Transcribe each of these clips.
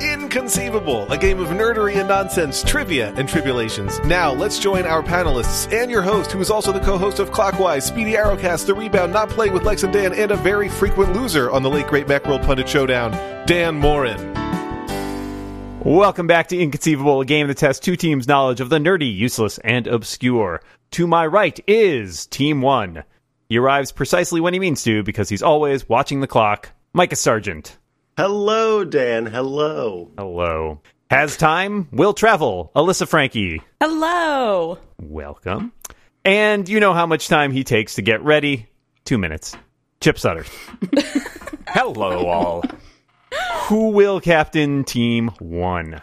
Inconceivable, a game of nerdery and nonsense, trivia and tribulations. Now, let's join our panelists and your host, who is also the co host of Clockwise, Speedy Arrowcast, The Rebound, Not Playing with Lex and Dan, and a very frequent loser on the late great Macworld Pundit Showdown, Dan Morin. Welcome back to Inconceivable, a game that tests two teams' knowledge of the nerdy, useless, and obscure. To my right is Team One. He arrives precisely when he means to because he's always watching the clock. Micah Sargent. Hello, Dan. Hello. Hello. Has time, will travel. Alyssa Frankie. Hello. Welcome. And you know how much time he takes to get ready. Two minutes. Chip Sutter. Hello, all. Who will captain Team One?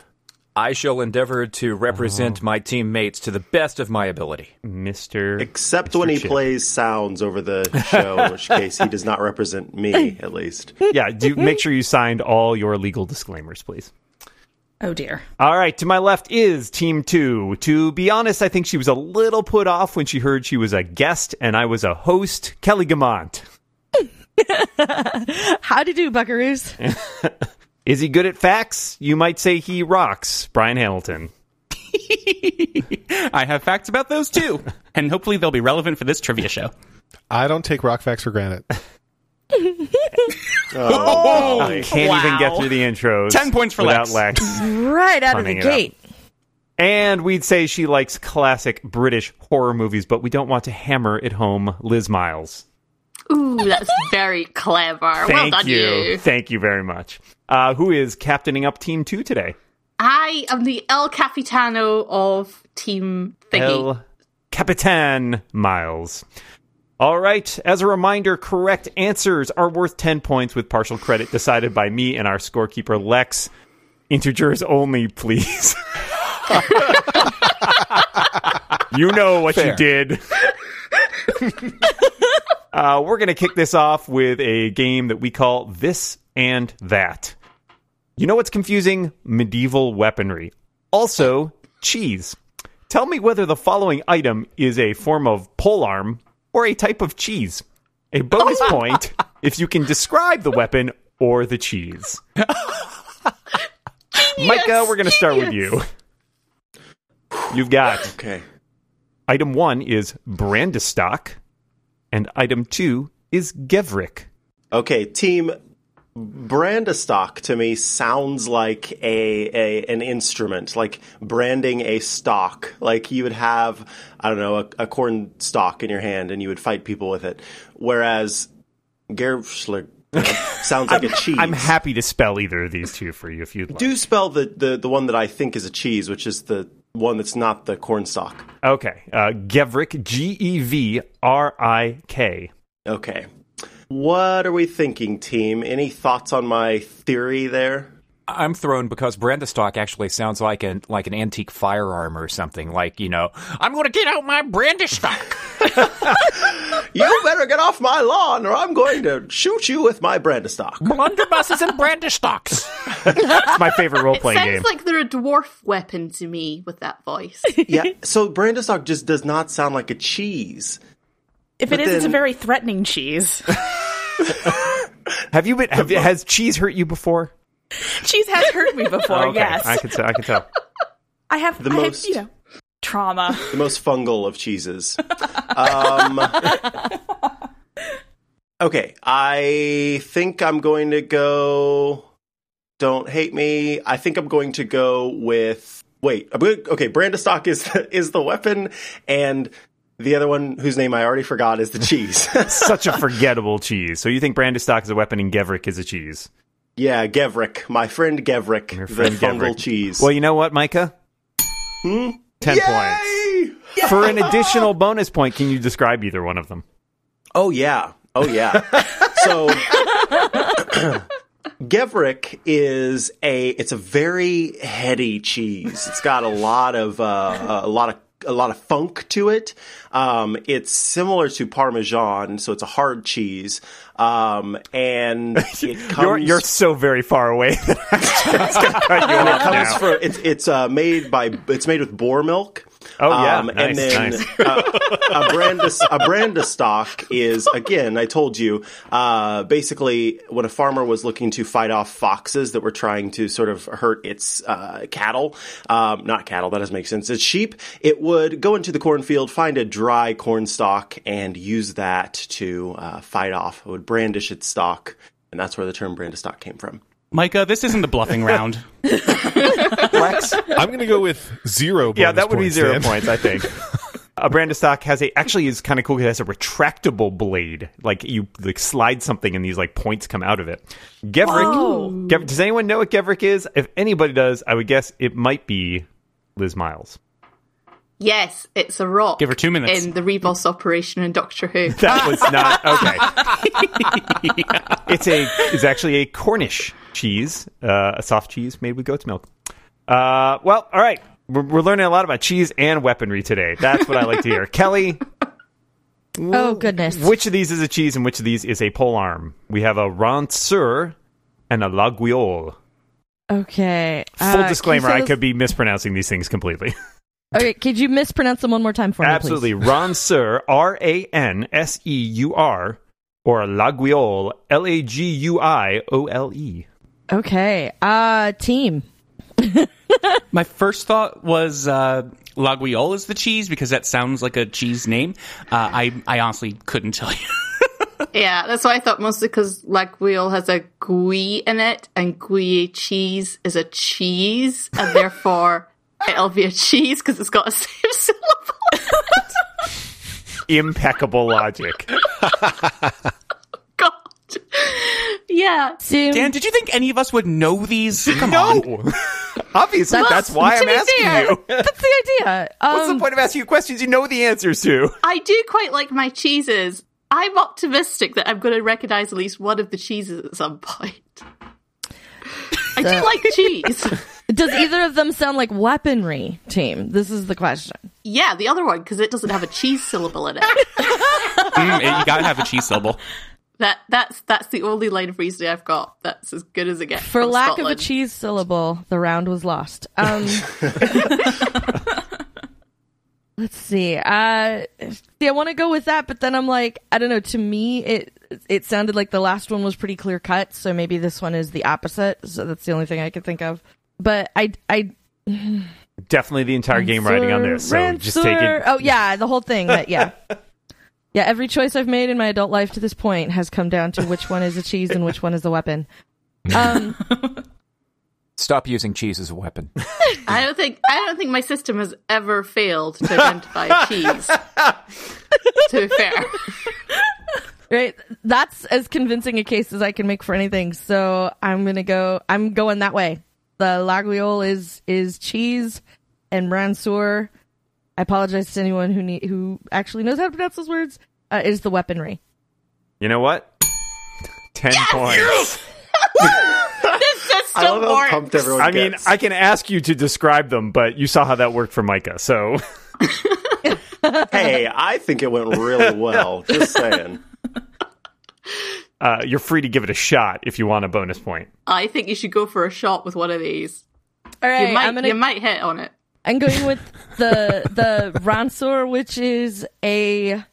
I shall endeavor to represent my teammates to the best of my ability. Mr. Except when he plays sounds over the show, in which case he does not represent me, at least. Yeah, do make sure you signed all your legal disclaimers, please. Oh dear. All right, to my left is Team Two. To be honest, I think she was a little put off when she heard she was a guest and I was a host, Kelly Gamont. How to do, buckaroos? Is he good at facts? You might say he rocks, Brian Hamilton. I have facts about those too, and hopefully they'll be relevant for this trivia show. I don't take rock facts for granted. Oh, Can't even get through the intros. 10 points for without Lex. Right out of the Punning it up. gate. And we'd say she likes classic British horror movies, but we don't want to hammer it home, Liz Miles. Ooh, that's very clever. well Thank done, you. you. Thank you very much. Uh, who is captaining up Team Two today? I am the El Capitano of Team Thingy. El Capitan Miles. All right. As a reminder, correct answers are worth 10 points with partial credit decided by me and our scorekeeper, Lex. Integers only, please. you know what you did. uh, we're going to kick this off with a game that we call This and That. You know what's confusing? Medieval weaponry. Also, cheese. Tell me whether the following item is a form of polearm or a type of cheese. A bonus point if you can describe the weapon or the cheese. Micah, we're going to start with you. You've got Okay. item one is Brandestock, and item two is Gevrick. Okay, team Brandestock to me sounds like a, a an instrument, like branding a stock. Like you would have, I don't know, a, a corn stalk in your hand and you would fight people with it. Whereas Gerschler sounds like a cheese. I'm happy to spell either of these two for you if you'd like. Do spell the, the, the one that I think is a cheese, which is the one that's not the corn stalk. Okay. Uh, Gevrick, G E V R I K. Okay. What are we thinking, team? Any thoughts on my theory there? I'm thrown because Brandestock actually sounds like an like an antique firearm or something. Like you know, I'm going to get out my Brandestock. You better get off my lawn or I'm going to shoot you with my Brandestock. Blunderbusses and Brandestocks. It's my favorite role it sounds playing game. like they're a dwarf weapon to me with that voice. yeah, so Brandestock just does not sound like a cheese. If it is, it's a then- very threatening cheese. have you been? Have, has cheese hurt you before? cheese has hurt me before, Oh, okay. yes. I can tell. I can tell. I have The I have, most- you know, trauma. The most fungal of cheeses. Um, okay, I think I'm going to go. Don't hate me. I think I'm going to go with. Wait, I'm going okay. Brandestock is is the weapon, and the other one, whose name I already forgot, is the cheese. Such a forgettable cheese. So you think Brandestock is a weapon and Gevrick is a cheese? yeah, Gevrick, my friend Gevrick, Your the friend fungal Gevrick. cheese. Well, you know what, Micah? Ten points Yay! for an additional bonus point. Can you describe either one of them? Oh yeah. Oh yeah. so Gevrick is a it's a very heady cheese. It's got a lot of uh, a lot of a lot of funk to it. Um, it's similar to Parmesan, so it's a hard cheese. Um, and it comes You're you're so very far away. that I'm just gonna cut you and it off comes now. from it's it's uh, made by it's made with boar milk. Oh yeah, Um, nice, and then nice. uh, a brand a brand of stock is again. I told you uh, basically when a farmer was looking to fight off foxes that were trying to sort of hurt its uh, cattle, um, not cattle. That doesn't make sense. It's sheep. It would go into the cornfield, find a dry corn stalk, and use that to uh, fight off. It would brandish its stalk, and that's where the term brand of stock came from. Micah, this isn't the bluffing round. Lex. I'm going to go with zero. Yeah, bonus that would be points, zero Dan. points, I think. A brand of stock has a actually is kind of cool. It has a retractable blade. Like you like slide something and these like points come out of it. Gevrick, Gev- does anyone know what Gevrick is? If anybody does, I would guess it might be Liz Miles. Yes, it's a rock. Give her two minutes. In the Reboss operation in Doctor Who. That was not okay. It's a it's actually a Cornish cheese, uh, a soft cheese made with goat's milk. Uh, well, all right, we're, we're learning a lot about cheese and weaponry today. That's what I like to hear. Kelly, Oh goodness. Which of these is a cheese and which of these is a polearm? We have a ranceur and a laguiole. okay. Full uh, disclaimer, can I you say Oh, could be mispronouncing these things completely. those- Okay, could you mispronounce them one more time for Absolutely. me, Ranceur, R A N S E U R, or a laguiole, L A G U I O L E. please? Okay. Uh, team. My first thought was uh, Laguiole is the cheese because that sounds like a cheese name. Uh, I I honestly couldn't tell you. yeah, that's what I thought mostly because Laguiole has a gooey in it, and gooey cheese is a cheese, and therefore it'll be a cheese because it's got a same syllable. Impeccable logic. God. Yeah. Team. Dan, did you think any of us would know these? Come on. No! Obviously, Oh, Well, that's why to I'm be asking fair, um, you. uh, That's the idea. Um, What's the point of asking you questions you know the answers to? I do quite like my cheeses. I'm optimistic that I'm going to recognize at least one of the cheeses at some point. I do like cheese. Does either of them sound like weaponry, team? This is the question. Yeah, the other one because it doesn't have a cheese syllable in it. Mm, you gotta have a cheese syllable. That that's that's the only line of reasoning I've got. That's as good as it gets. For from lack Scotland. of a cheese syllable, the round was lost. Um, let's see. Uh, see, I want to go with that, but then I'm like, I don't know. To me, it it sounded like the last one was pretty clear cut, so maybe this one is the opposite. So that's the only thing I could think of. But I, I Definitely the entire game riding on this. So just take Rancor- it. Oh yeah, the whole thing. That, yeah, yeah. Every choice I've made in my adult life to this point has come down to which one is a cheese and which one is a weapon. Um, Stop using cheese as a weapon. I don't think I don't think my system has ever failed to identify a cheese. to be fair, right, that's as convincing a case as I can make for anything. So I'm gonna go. I'm going that way. The laguiole is is cheese and rancor. I apologize to anyone who need, who actually knows how to pronounce those words. Uh, is the weaponry. You know what? 10 points. this system I love how works. pumped everyone. I mean, gets. I can ask you to describe them, but you saw how that worked for Micah. So, hey, I think it went really well. Just saying. uh, you're free to give it a shot if you want a bonus point. I think you should go for a shot with one of these. All right, you might I'm gonna you might hit on it. I'm going with the the rancor, which is a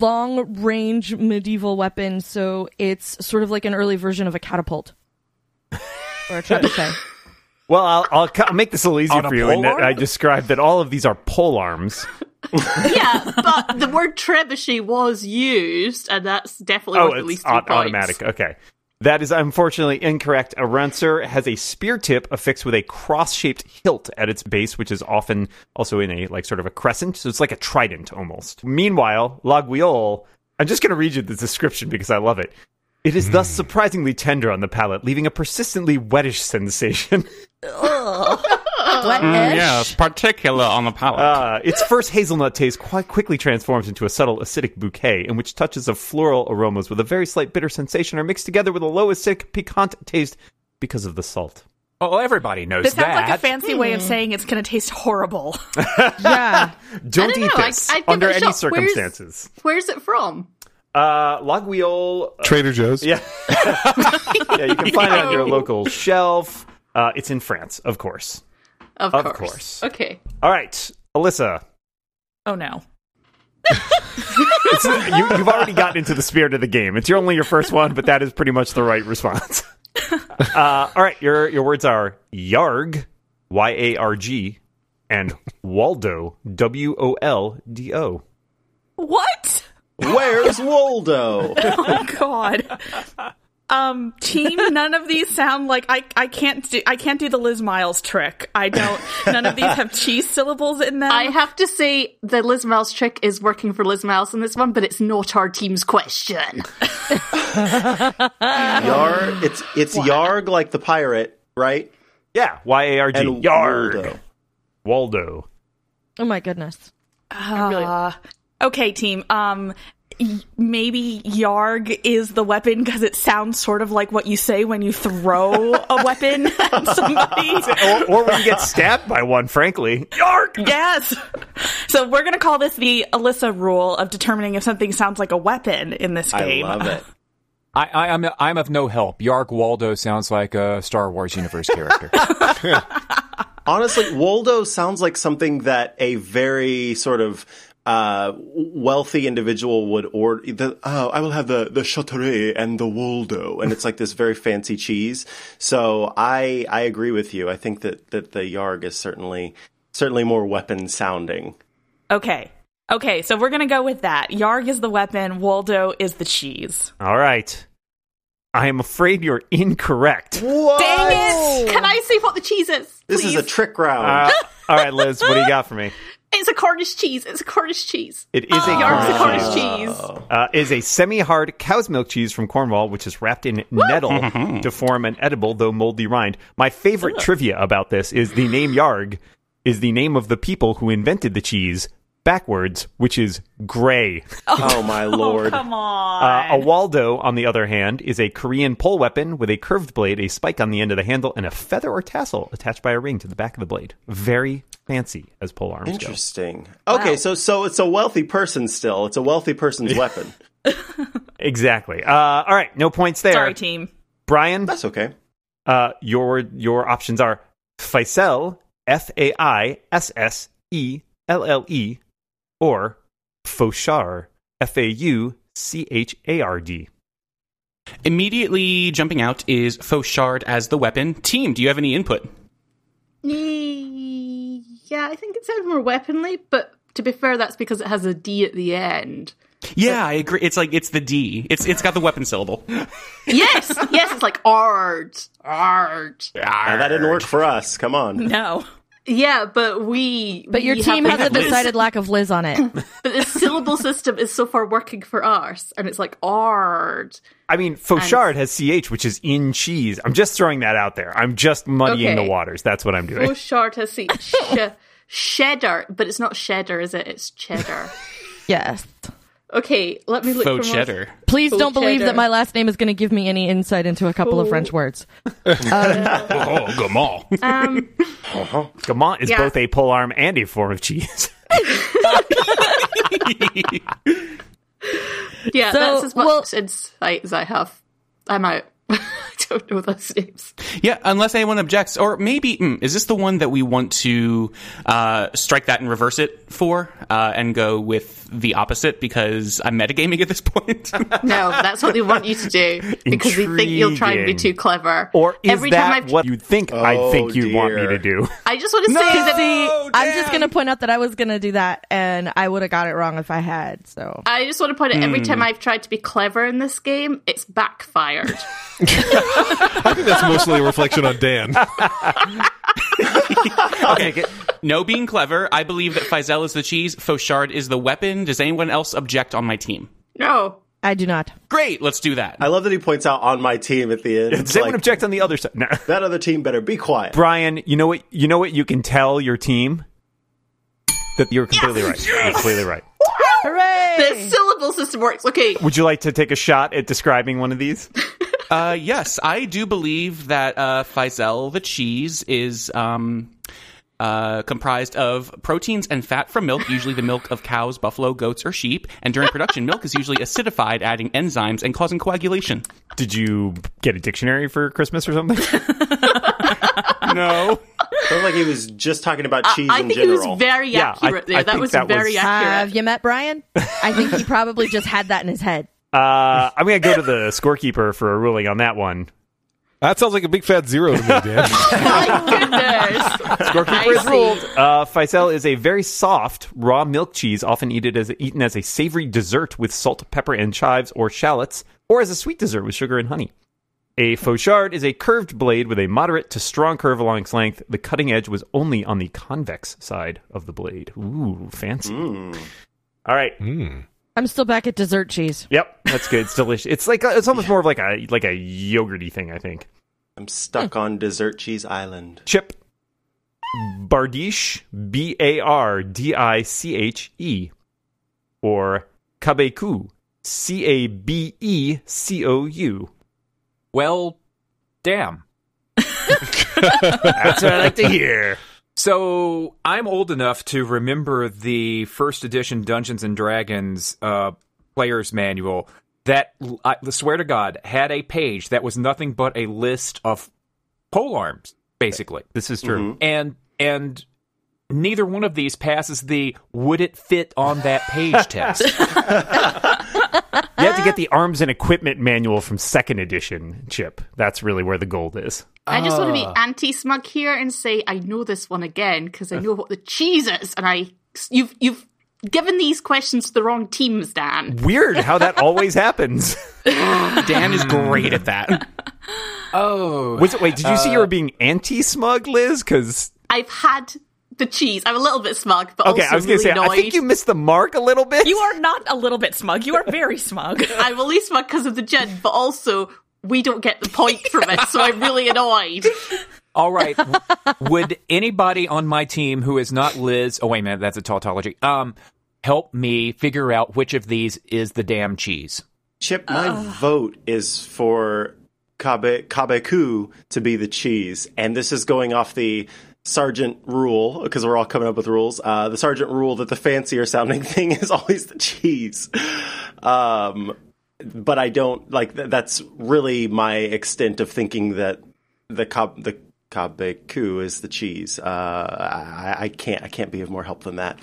long range medieval weapon. So it's sort of like an early version of a catapult or a trebuchet. Well, I'll, I'll, cu- I'll make this a little easier On a for you in that polearm? I described that all of these are pole arms. Yeah, but the word trebuchet was used, and that's definitely Oh, worth at it's least two au- points. automatic. Okay. That is unfortunately incorrect. A rancer has a spear tip affixed with a cross-shaped hilt at its base, which is often also in a like sort of a crescent, so it's like a trident almost. Meanwhile, Laguiole, I'm just going to read you the description because I love it. It is thus surprisingly tender on the palate, leaving a persistently wettish sensation. Uh-huh. What Mm, yes, particular on the palate. Uh, its first hazelnut taste quite quickly transforms into a subtle acidic bouquet in which touches of floral aromas with a very slight bitter sensation are mixed together with a low acidic piquant taste because of the salt. Oh, everybody knows This that. sounds like a fancy way of saying it's going to taste horrible. Yeah. Don't, don't eat know, I- this I'd give under it a any shot. Where's- circumstances. Where's it from? Uh, Laguiole. Trader Joe's. yeah. yeah, you can find it on your local shelf. Uh, it's in France, of course. Of, Of course. course. Okay. All right, Alyssa, Oh no. It's, you, you've already gotten into the spirit of the game. It's your- only your first one, but that is pretty much the right response. Uh, all right, your your words are yarg, y a r g, and Waldo, w o l d o. What? Where's Waldo? Oh god. Um, team, none of these sound like I I can't do I can't do the Liz Miles trick. I don't none of these have cheese syllables in them. I have to say the Liz Miles trick is working for Liz Miles in this one, but it's not our team's question. Yarg. It's it's Yarg like the pirate, right? Yeah, y a r g, And yarg, Waldo. Waldo. Oh my goodness. okay, team. Um y- maybe yarg is the weapon because it sounds sort of like what you say when you throw a weapon at somebody. Or, or when you get stabbed by one, frankly. Yarg! Yes. So we're going to call this the Alyssa rule of determining if something sounds like a weapon in this I game. love it. I, I, I'm I'm of no help. Yark Waldo sounds like a Star Wars universe character. Oh, Honestly, Waldo sounds like something that a very sort of uh, wealthy individual would order. The, oh, I will have the the Chateauroux and the Waldo, and it's like this very fancy cheese. So I I agree with you. I think that that the Yarg is certainly certainly more weapon sounding. Okay. Okay, so we're going to go with that. Yarg is the weapon, Waldo is the cheese. All right. I am afraid you're incorrect. Dang it! Can I say what the cheese is? This please? is a trick round. Uh, all right, Liz, what do you got for me? It's a Cornish cheese. It's a Cornish cheese. It is a Yarg's a Cornish Cornish cheese. uh, is a semi-hard cow's milk cheese from Cornwall, which is wrapped in Mm-hmm. nettle to form an edible though moldy rind. My favorite trivia about this is the name Yarg is the name of the people who invented the cheese backwards, which is gray. oh my lord! Come on. Uh, a Waldo, on the other hand, is a Korean pole weapon with a curved blade, a spike on the end of the handle, and a feather or tassel attached by a ring to the back of the blade. Very fancy as pole arms go. Interesting. Okay, so so it's a wealthy person still. It's a wealthy person's weapon. Exactly. Uh, all right, no points there. Sorry, team. Brian, That's okay. uh, your your options are Faisel, F A I S S E L L E, or Fauchard, F A U C H A R D. Immediately jumping out is Fauchard as the weapon. Team, do you have any input? Yeah, I think it sounds more weaponly, but to be fair, that's because it has a D at the end. Yeah, I agree. It's like it's the D. It's it's got the weapon syllable. Yes, yes, it's like ard, ard. Uh, that didn't work for us. Come on. No. Yeah, but we. But your we team have- has a decided lack of Liz on it. But the syllable system is so far working for us, and it's like ard. I mean, Fauchard has CH, which is in cheese. I'm just throwing that out there. I'm just muddying Okay. the waters. That's what I'm doing. Oh, short has seen sh- cheddar, but it's not cheddar, is it? It's cheddar. Yes. Okay, let me look Faux for more- cheddar. Please Full don't believe cheddar. that my last name is going to give me any insight into a couple of French words. Oh, Gamal. Gamont is Yeah. both a pole arm and a form of cheese. Yeah, So, that's as much well- insight as I have. I'm out. I don't know those names. Yeah, unless anyone objects, or maybe mm, is this the one that we want to uh, strike that and reverse it for, uh, and go with the opposite because I'm metagaming at this point. No, that's what they want you to do because they think you'll try and be Intriguing. too clever. or is every that time I've, what you think I Oh, think you'd want me dear. to do? I just want to say that See, I'm just Dan! going to point out that I was going to do that and I would have got it wrong if I had. So I just want to point out every Hmm. time I've tried to be clever in this game, it's backfired. I think that's mostly a reflection on Dan. okay, no being clever. I believe that Faisal is the cheese, Fauchard is the weapon. Does anyone else object on my team? no. I do not. Great, let's do that. I love that he points out on my team at the end. Does It's anyone like, object on the other side? No. that other team better be quiet. Brian, you know what? You know what? You can tell your team that you're completely right. You're completely right. The Hooray! syllable system works. Okay. Would you like to take a shot at describing one of these? Uh, yes, I do believe that uh, Faisal the cheese is um, uh, comprised of proteins and fat from milk, usually the milk of cows, buffalo, goats, or sheep. And during production, milk is usually acidified, adding enzymes and causing coagulation. Did you get a dictionary for Christmas or something? No. Sounds like like he was just talking about cheese I in think general. he was very Yeah, I- accurate there. I that think was that was- very Have accurate. you met Brian? I think he probably just had that in his head. Uh, I'm going to go to the scorekeeper for a ruling on that one. That sounds like a big fat zero to me, Dan. My goodness. Scorekeeper is see. ruled. Uh, Faisal is a very soft raw milk cheese, often eaten as eaten as a savory dessert with salt, pepper, and chives or shallots, or as a sweet dessert with sugar and honey. A fauchard is a curved blade with a moderate to strong curve along its length. The cutting edge was only on the convex side of the blade. Ooh, fancy. All right. I'm still back at dessert cheese. Yep, that's good. It's delicious. It's like it's almost more of like a like a yogurty thing, I think. I'm stuck on dessert cheese island. Chip Bardiche, B A R D I C H E, or Kabeku, C A B E C O U. Well, damn. That's what I like to hear. So I'm old enough to remember the first edition Dungeons and Dragons uh, player's manual that I swear to God had a page that was nothing but a list of pole arms, basically. This is true. and and neither one of these passes the would it fit on that page test. You have to get the arms and equipment manual from second edition, Chip. That's really where the gold is. I just want to be anti smug here and say I know this one again because I know what the cheese is, and I you've you've given these questions to the wrong teams, Dan. Weird how that always happens. Dan is great at that. Hmm. oh, Was it? Wait, did you see you were being anti-smug, Liz? Because I've had the cheese. I'm a little bit smug, but okay, also I was gonna really say annoyed. I think you missed the mark a little bit. You are not a little bit smug. You are very smug. I'm at least smug because of the gin, but also we don't get the point from it, so I'm really annoyed. all right. would anybody on my team who is not Liz? Oh wait a minute, that's a tautology. Um, help me figure out which of these is the damn cheese. Chip, my vote is for Kabe Kabeku to be the cheese, and this is going off the sergeant rule because we're all coming up with rules. Uh, the sergeant rule that the fancier sounding thing is always the cheese. Um, but I don't like th- that's really my extent of thinking that the kab the kabeku is the cheese. Uh, I, I can't I can't be of more help than that.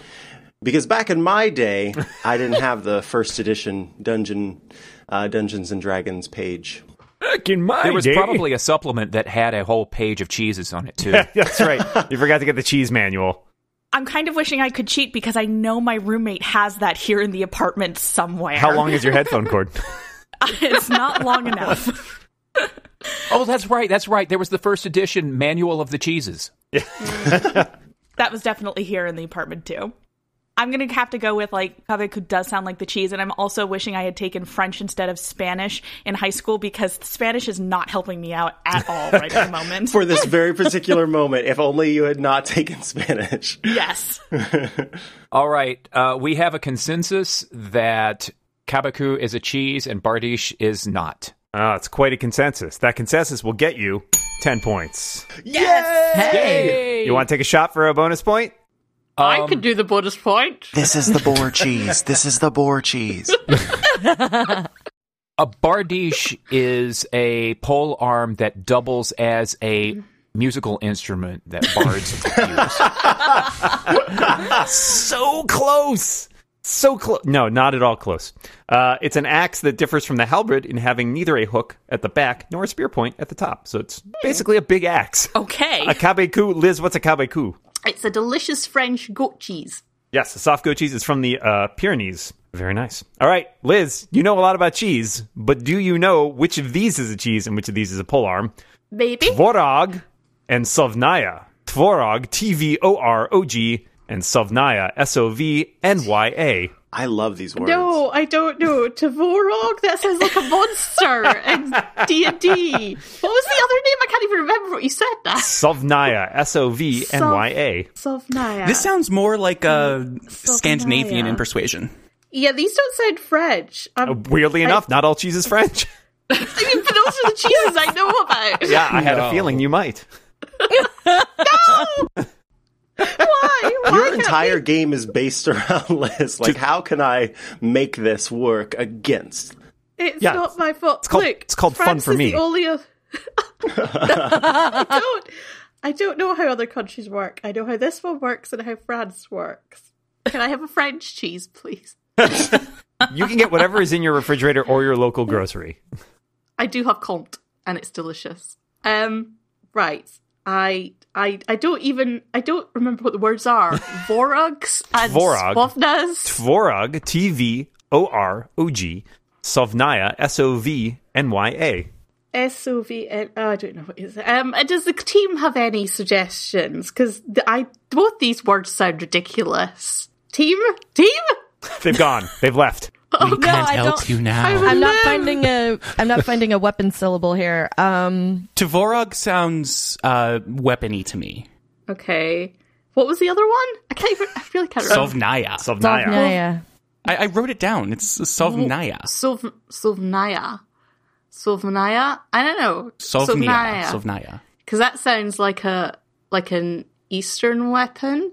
Because back in my day, I didn't have the first edition Dungeon uh, Dungeons and Dragons page. Back in my There was day. probably a supplement that had a whole page of cheeses on it too. That's right. You forgot to get the cheese manual. I'm kind of wishing I could cheat because I know my roommate has that here in the apartment somewhere. How long is your headphone cord? it's not long enough. oh, that's right. That's right. There was the first edition manual of the cheeses. That was definitely here in the apartment too. I'm gonna have to go with like Kabeku does sound like the cheese, and I'm also wishing I had taken French instead of Spanish in high school because Spanish is not helping me out at all right at the moment. For this very particular moment, if only you had not taken Spanish. yes. All right. Uh, we have a consensus that Kabaku is a cheese and Bardiche is not. Ah, it's quite a consensus. That consensus will get you 10 points. Yay! You want to take a shot for a bonus point? Um, I Um, could do the bonus point. This is the boar cheese. This is the boar cheese. a Bardiche is a pole arm that doubles as a musical instrument that bards use. So close. So close. No, not at all close. Uh, it's an axe that differs from the halberd in having neither a hook at the back nor a spear point at the top. So it's basically a big axe. Okay. A kabeku. Liz, what's a kabeku? It's a delicious French goat cheese. Yes, the soft goat cheese is from the uh, Pyrenees. Very nice. All right, Liz, you know a lot about cheese, but do you know which of these is a cheese and which of these is a pole arm? Maybe. Tvorog and Sovnaya. Tvorog, T V O R O G, and Sovnaya, S O V N Y A. I love these words. No, I don't know. Tvorog? That sounds like a monster in D&D. What was the other name? I can't even remember what you said now. Sovnaya, S O V N Y A. Sovnaya. This sounds more like a Scandinavian in persuasion. yeah, these don't sound French. Um, Oh, Weirdly enough, not all cheese is French. I mean, but those are the cheeses I know about. Yeah, I had a feeling you might. Why? Why Your can't entire we- game is based around Liz. Like, how can I make this work against? It's yeah, not my fault. called- Look, it's called fun France for is me. The only oth- I don't. I don't know how other countries work. I know how this one works and how France works. Can I have a French cheese, please? You can get whatever is in your refrigerator or your local grocery. I do have Comte, and it's delicious. Um, right. I I I don't even I don't remember what the words are. Vorogs and Tvorog. Svovnas. Tvorog, T V O R O G, Sovnaya, S O V N Y A. S O V N. Oh, I don't know what it is. Um, and does the team have any suggestions? Because I both these words sound ridiculous. Team, team. They've gone. They've left. Oh We can't help you now. I I'm not remember. finding a I'm not finding a weapon syllable here. Um Tvorog sounds uh, weapony to me. Okay. What was the other one? I can't even. I really can't remember. Sovnaya. Sovnaya. Naya. I, I wrote it down. It's Sovnaya. Sov- Sovnaya. Sovnaya? I don't know. Sovnaya. Sovnaya. Because that sounds like a like an Eastern weapon.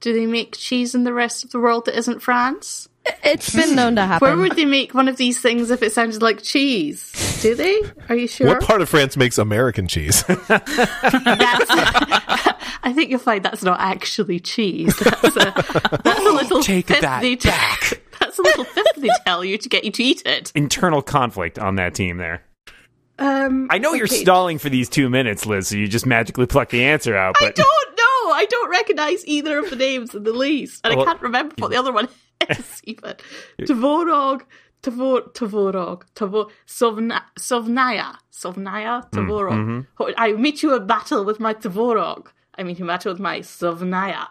Do they make cheese in the rest of the world that isn't France? It's been known to happen. Where would they make one of these things if it sounded like cheese? Do they? Are you sure? What part of France makes American cheese? That's- I think you'll find that's not actually cheese. That's a, that's a little Take fib that they t- That's a little fib they tell you to get you to eat it. Internal conflict on that team there. Um, I know you're okay. stalling for these two minutes, Liz, so you just magically pluck the answer out. But I don't know. I don't recognize either of the names in the least, and Well- I can't remember what the other one is even. Tvorog, Tvor, Tvorog, Tvor, Sovna, Mm, Sovnaya, Sovnaya, mm-hmm. Tvorog. Ho- I meet you in battle with my Tvorog. I meet you in battle with my Sovnaya.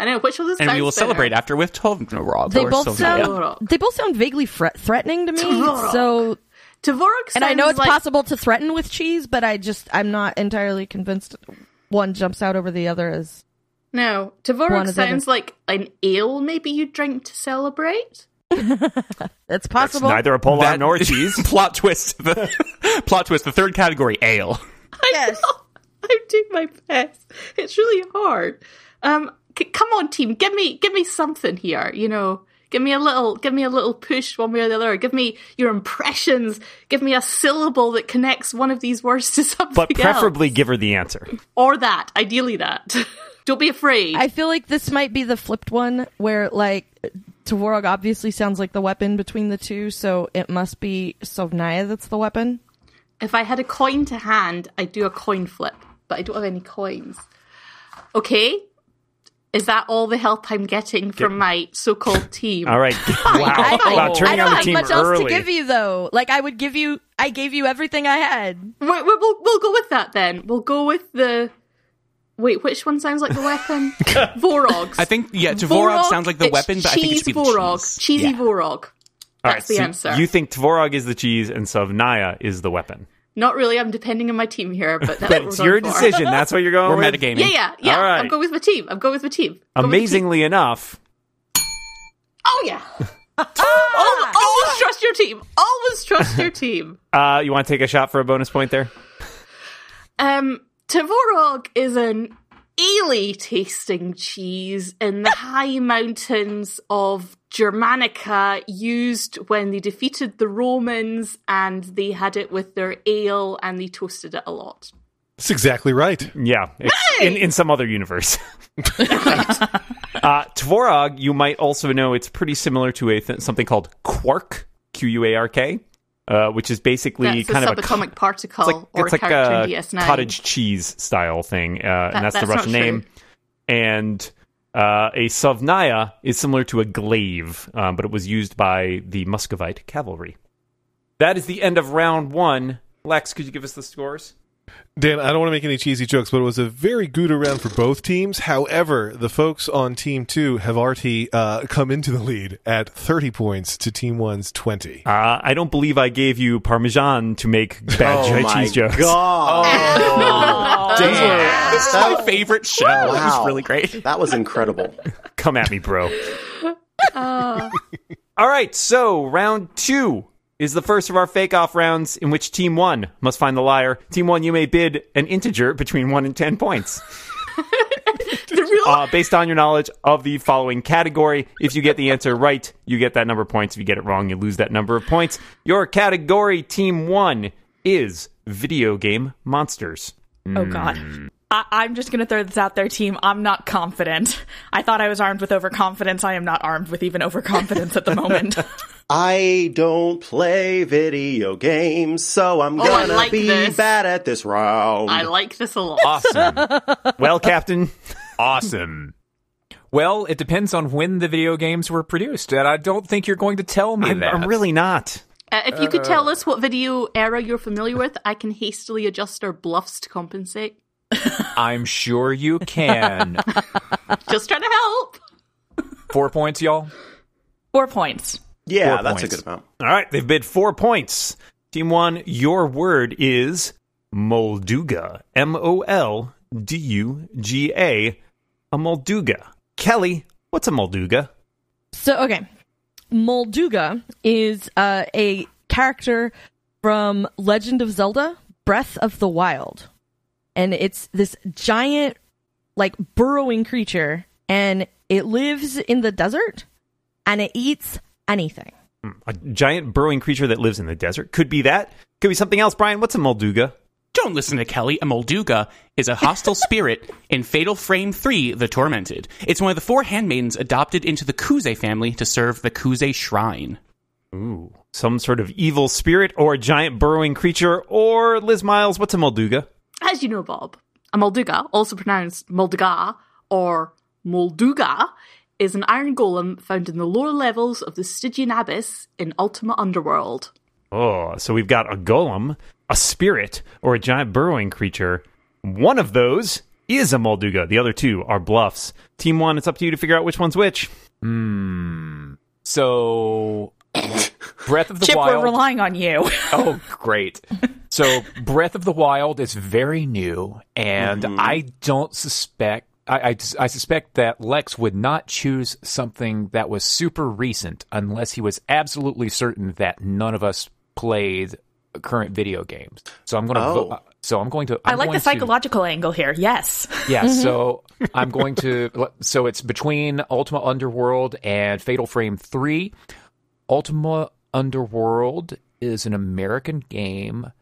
I know which of those And sounds we will better? celebrate after with Tvorog. they or both Sovnaya. sound they both sound vaguely fre- threatening to me. So Tvorog, and I know sounds it's like- possible to threaten with cheese, but I just I'm not entirely convinced one jumps out over the other as No, One Tvorog is better. sounds like an ale. Maybe you drink to celebrate. it's possible. neither a Polar That- nor a cheese. plot twist. The, plot twist. The third category, ale. yes. I'm doing my best. It's really hard. Um, c- come on, team. Give me, give me something here. You know, give me a little, give me a little push one way or the other. Give me your impressions. Give me a syllable that connects one of these words to something. But preferably else. give her the answer. or that. Ideally, that. Don't be afraid. I feel like this might be the flipped one where like Tvorog obviously sounds like the weapon between the two, so it must be Sovnaya that's the weapon. if I had a coin to hand, I'd do a coin flip. But I don't have any coins. Okay. Is that all the help I'm getting from my so-called team? All right. Wow. Oh, wow. I Turning don't on the have team much else to early. give you though. Like I would give you I gave you everything I had. Wait, we'll, we'll, we'll go with that then. We'll go with the. Wait, which one sounds like the weapon? Vorogs. I think yeah. Tvorog sounds like the weapon, but I think it should be the Vorog. cheese. Cheesy Yeah. Vorog. All That's the so answer. You think Tvorog is the cheese and Sovnaya is the weapon. Not really. I'm depending on my team here, but that's what It's we're your going for. decision. That's what you're going We're with. metagaming. Yeah, yeah, yeah. All right. I'm going with my team. I'm going with my team. Go with my team. Amazingly enough, Oh yeah. Al- always trust your team. Always trust your team. uh, you want to take a shot for a bonus point there? Um, Tvorog is an ely tasting cheese in the high mountains of Germanica, used when they defeated the Romans and they had it with their ale and they toasted it a lot. That's exactly right. Yeah, it's in in some other universe. uh, Tvorog, you might also know it's pretty similar to a th- something called quark, Q U A R K, uh, which is basically That's kind a of a co- subatomic particle it's like, or it's a like character a in DS9. cottage cheese style thing, uh, That- and that's, the not Russian true. name. And uh, a sovnaya is similar to a glaive, um, but it was used by the Muscovite cavalry. That is the end of round one. Lex, could you give us the scores? Dan, I don't want to make any cheesy jokes, but it was a very good round for both teams. However, the folks on Team 2 have already uh, come into the lead at 30 points to Team 1's 20. Uh, I don't believe I gave you Parmesan to make bad Oh jo- my cheese jokes. Oh. Oh. God. Damn. It's my favorite show. That was Wow. really great. That was incredible. Come at me, bro. All right, so round two is the first of our fake off rounds in which Team One must find the liar. Team One, you may bid an integer between one and ten points. uh, based on your knowledge of the following category. If you get the answer right, you get that number of points. If you get it wrong, you lose that number of points. Your category, Team One, is video game monsters. Oh God. I- I'm just going to throw this out there, team. I'm not confident. I thought I was armed with overconfidence. I am not armed with even overconfidence at the moment. I don't play video games, so I'm Oh, I gonna like be this. bad at this round. I like this a lot. uh, Awesome. Well, Captain, awesome. Well, it depends on when the video games were produced, and I don't think you're going to tell me I'm, that. I'm really not. Uh, if you could tell us what video era you're familiar with, I can hastily adjust our bluffs to compensate. I'm sure you can. Just trying to help. Four points, y'all. Four points. yeah, Four that's points. a good amount. All right, they've bid four points. Team one, your word is Molduga. M O L D U G A. A Molduga. Kelly, what's a Molduga? So okay, Molduga is uh, a character from Legend of Zelda: Breath of the Wild, and it's this giant, like burrowing creature, and it lives in the desert, and it eats anything. A giant burrowing creature that lives in the desert. Could be that. Could be something else. Brian, what's a Molduga? Don't listen to Kelly. A Molduga is a hostile spirit in Fatal Frame 3, The Tormented. It's one of the four handmaidens adopted into the Kuze family to serve the Kuze shrine. Ooh. Some sort of evil spirit or a giant burrowing creature or Liz Miles, what's a Molduga? As you know, Bob, a Molduga, also pronounced Molduga or Molduga, is an iron golem found in the lower levels of the Stygian Abyss in Ultima Underworld. Oh, so we've got a golem, a spirit, or a giant burrowing creature. One of those is a Molduga. The other two are bluffs. Team one, it's up to you to figure out which one's which. So, Breath of the Chip, Wild. we're relying on you. oh, great. So, Breath of the Wild is very new, and I don't suspect. I, I, I suspect that Lex would not choose something that was super recent unless he was absolutely certain that none of us played current video games. So I'm going to. Oh. Vo- so I'm going to. I I'm like going the to- psychological angle here. Yes. yeah, so I'm going to. So it's between Ultima Underworld and Fatal Frame 3. Ultima Underworld is an American game,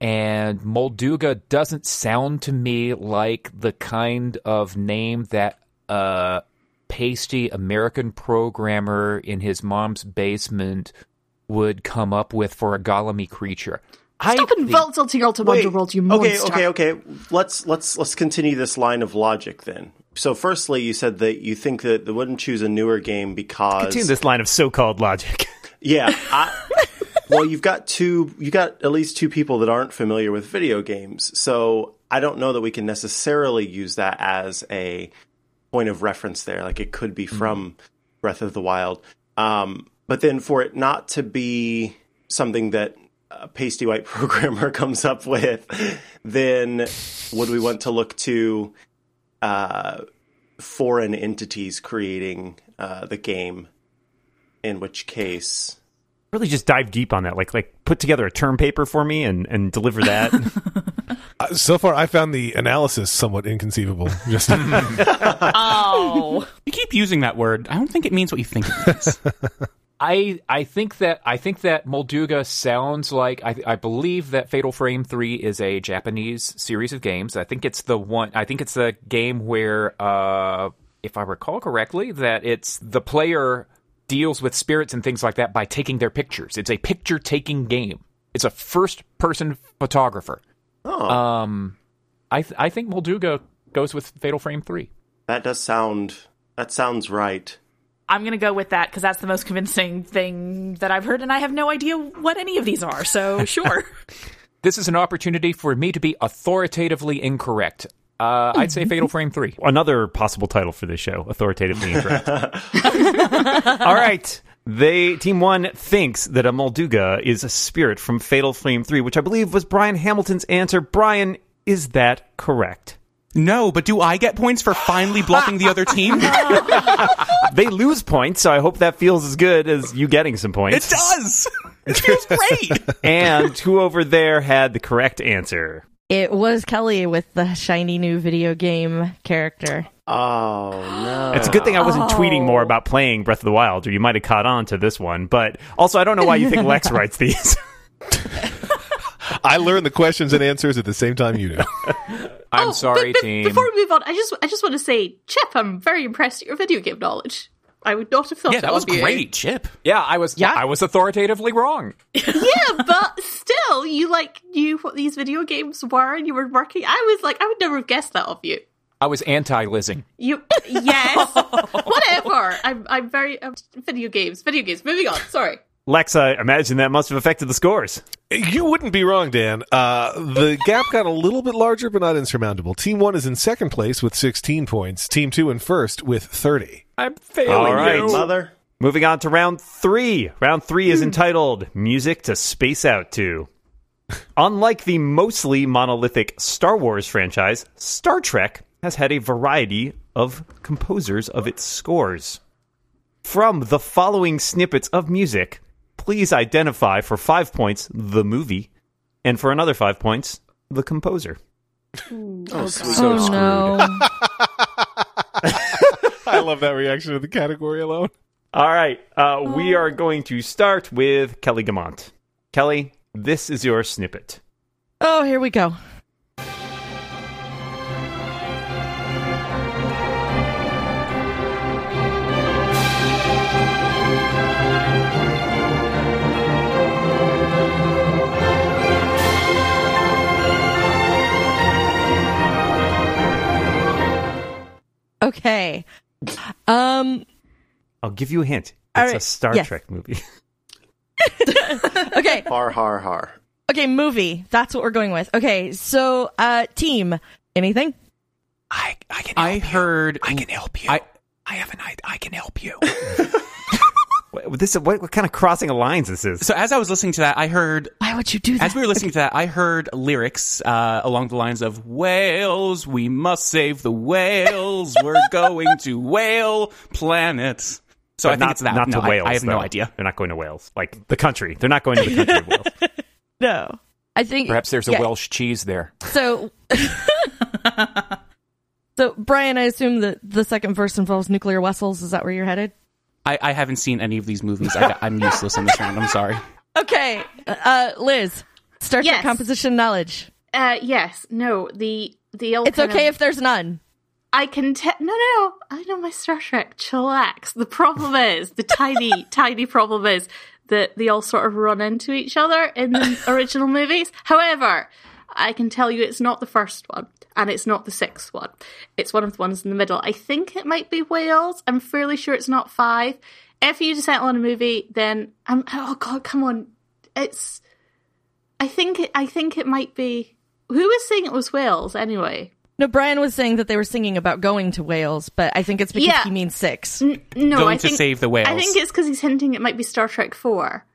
and Molduga doesn't sound to me like the kind of name that a pasty American programmer in his mom's basement would come up with for a golemy creature. Stop insulting Ultima Underworld, you okay, monster. okay, okay. Let's let's let's continue this line of logic then. So, firstly, you said that you think that they wouldn't choose a newer game because Continue this line of so-called logic. Yeah. I, well, you've got two. You got at least two people that aren't familiar with video games, so I don't know that we can necessarily use that as a point of reference there. Like it could be from Breath of the Wild, um, but then for it not to be something that a pasty white programmer comes up with, then would we want to look to uh, foreign entities creating uh, the game? In which case, really just dive deep on that. Like like put together a term paper for me and, and deliver that. Uh, so far, I found the analysis somewhat inconceivable. Just Oh. You keep using that word. I don't think it means what you think it means. I I think that I think that Molduga sounds like I I believe that Fatal Frame Three is a Japanese series of games. I think it's the one. I think it's the game where, uh, if I recall correctly, that it's the player deals with spirits and things like that by taking their pictures. It's a picture taking game. It's a first person photographer. Um, I th- I think Molduga goes with Fatal Frame Three. That does sound. That sounds right. I'm going to go with that because that's the most convincing thing that I've heard, and I have no idea what any of these are. So, sure. This is an opportunity for me to be authoritatively incorrect. Uh, I'd say Fatal Frame 3. Another possible title for this show, authoritatively incorrect. All right. They team one thinks that a Molduga is a spirit from Fatal Frame 3, which I believe was Brian Hamilton's answer. Brian, is that correct? no, but do I get points for finally bluffing the other team? They lose points, so I hope that feels as good as you getting some It points. does. It feels great. and who over there had the correct answer? It was Kelly with the shiny new video game character. Oh no! It's a good thing I wasn't tweeting more about playing Breath of the Wild, or you might have caught on to this one. But also, I don't know why you think Lex writes these. I learn the questions and answers at the same time you do. I'm Oh, sorry, be- be- team. Before we move on, I just I just want to say, Chip, I'm very impressed at your video game knowledge. I would not have thought Yeah, that it was of you. great, Chip. yeah, I was. Yeah. I was authoritatively wrong. Yeah, but still, you like knew what these video games were, and you were working. I was like, I would never have guessed that of you. I was anti-lizzing. You yes, whatever. I'm I'm very um, video games. Video games. Moving on. Sorry. Lex, I imagine that must have affected the scores. You wouldn't be wrong, Dan. Uh, the gap got a little bit larger, but not insurmountable. Team one is in second place with 16 points. Team two in first with 30. I'm failing All right. you. Mother. Moving on to round three. Round three is entitled Music to Space Out to. Unlike the mostly monolithic Star Wars franchise, Star Trek has had a variety of composers of its scores. From the following snippets of music, please identify for five points the movie, and for another five points, the composer. So oh screwed. no. I love that reaction to the category alone. All right. Uh, We are going to start with Kelly Gamont. Kelly, this is your snippet. oh, here we go. Okay. Um I'll give you a hint. All It's a right, Star yes. Trek movie. okay. Har har har. Okay, movie. That's what we're going with. Okay, so uh team. Anything? I, I can. I heard. help you. I, I have an. I, I can help you. what, this what, what kind of crossing of lines this is? So as I was listening to that, I heard Why would you do that? As we were listening to that, I heard lyrics uh, along the lines of "Whales, we must save the whales. We're going to whale planet." So I But think not, it's that. Not no, to I- Wales. I, have no though. idea. They're not going to Wales. Like the country. They're not going to the country of Wales. no. I think Perhaps there's a yeah, Welsh cheese there. So So Brian, I assume that the second verse involves nuclear vessels. Is that where you're headed? I, I haven't seen any of these movies. I, I'm useless in this round. I'm sorry. Okay. Uh Liz, start your Yes. composition knowledge. Uh, yes. No. The the old. It's kind okay of- if there's none. I can te- no, no no I know my Star Trek. Chillax. The problem is the tiny tiny problem is that they all sort of run into each other in the original movies. However, I can tell you it's not the first one and it's not the sixth one. It's one of the ones in the middle. I think it might be Wales. I'm fairly sure it's not five. If you just settle on a movie, then um, oh god, come on, it's. I think it, I think it might be. Who was saying it was Wales anyway? No, Brian was saying that they were singing about going to Wales, but I think it's because Yeah. he means six. N- no, Going I to think, save the whales. I think it's because he's hinting it might be Star Trek Four,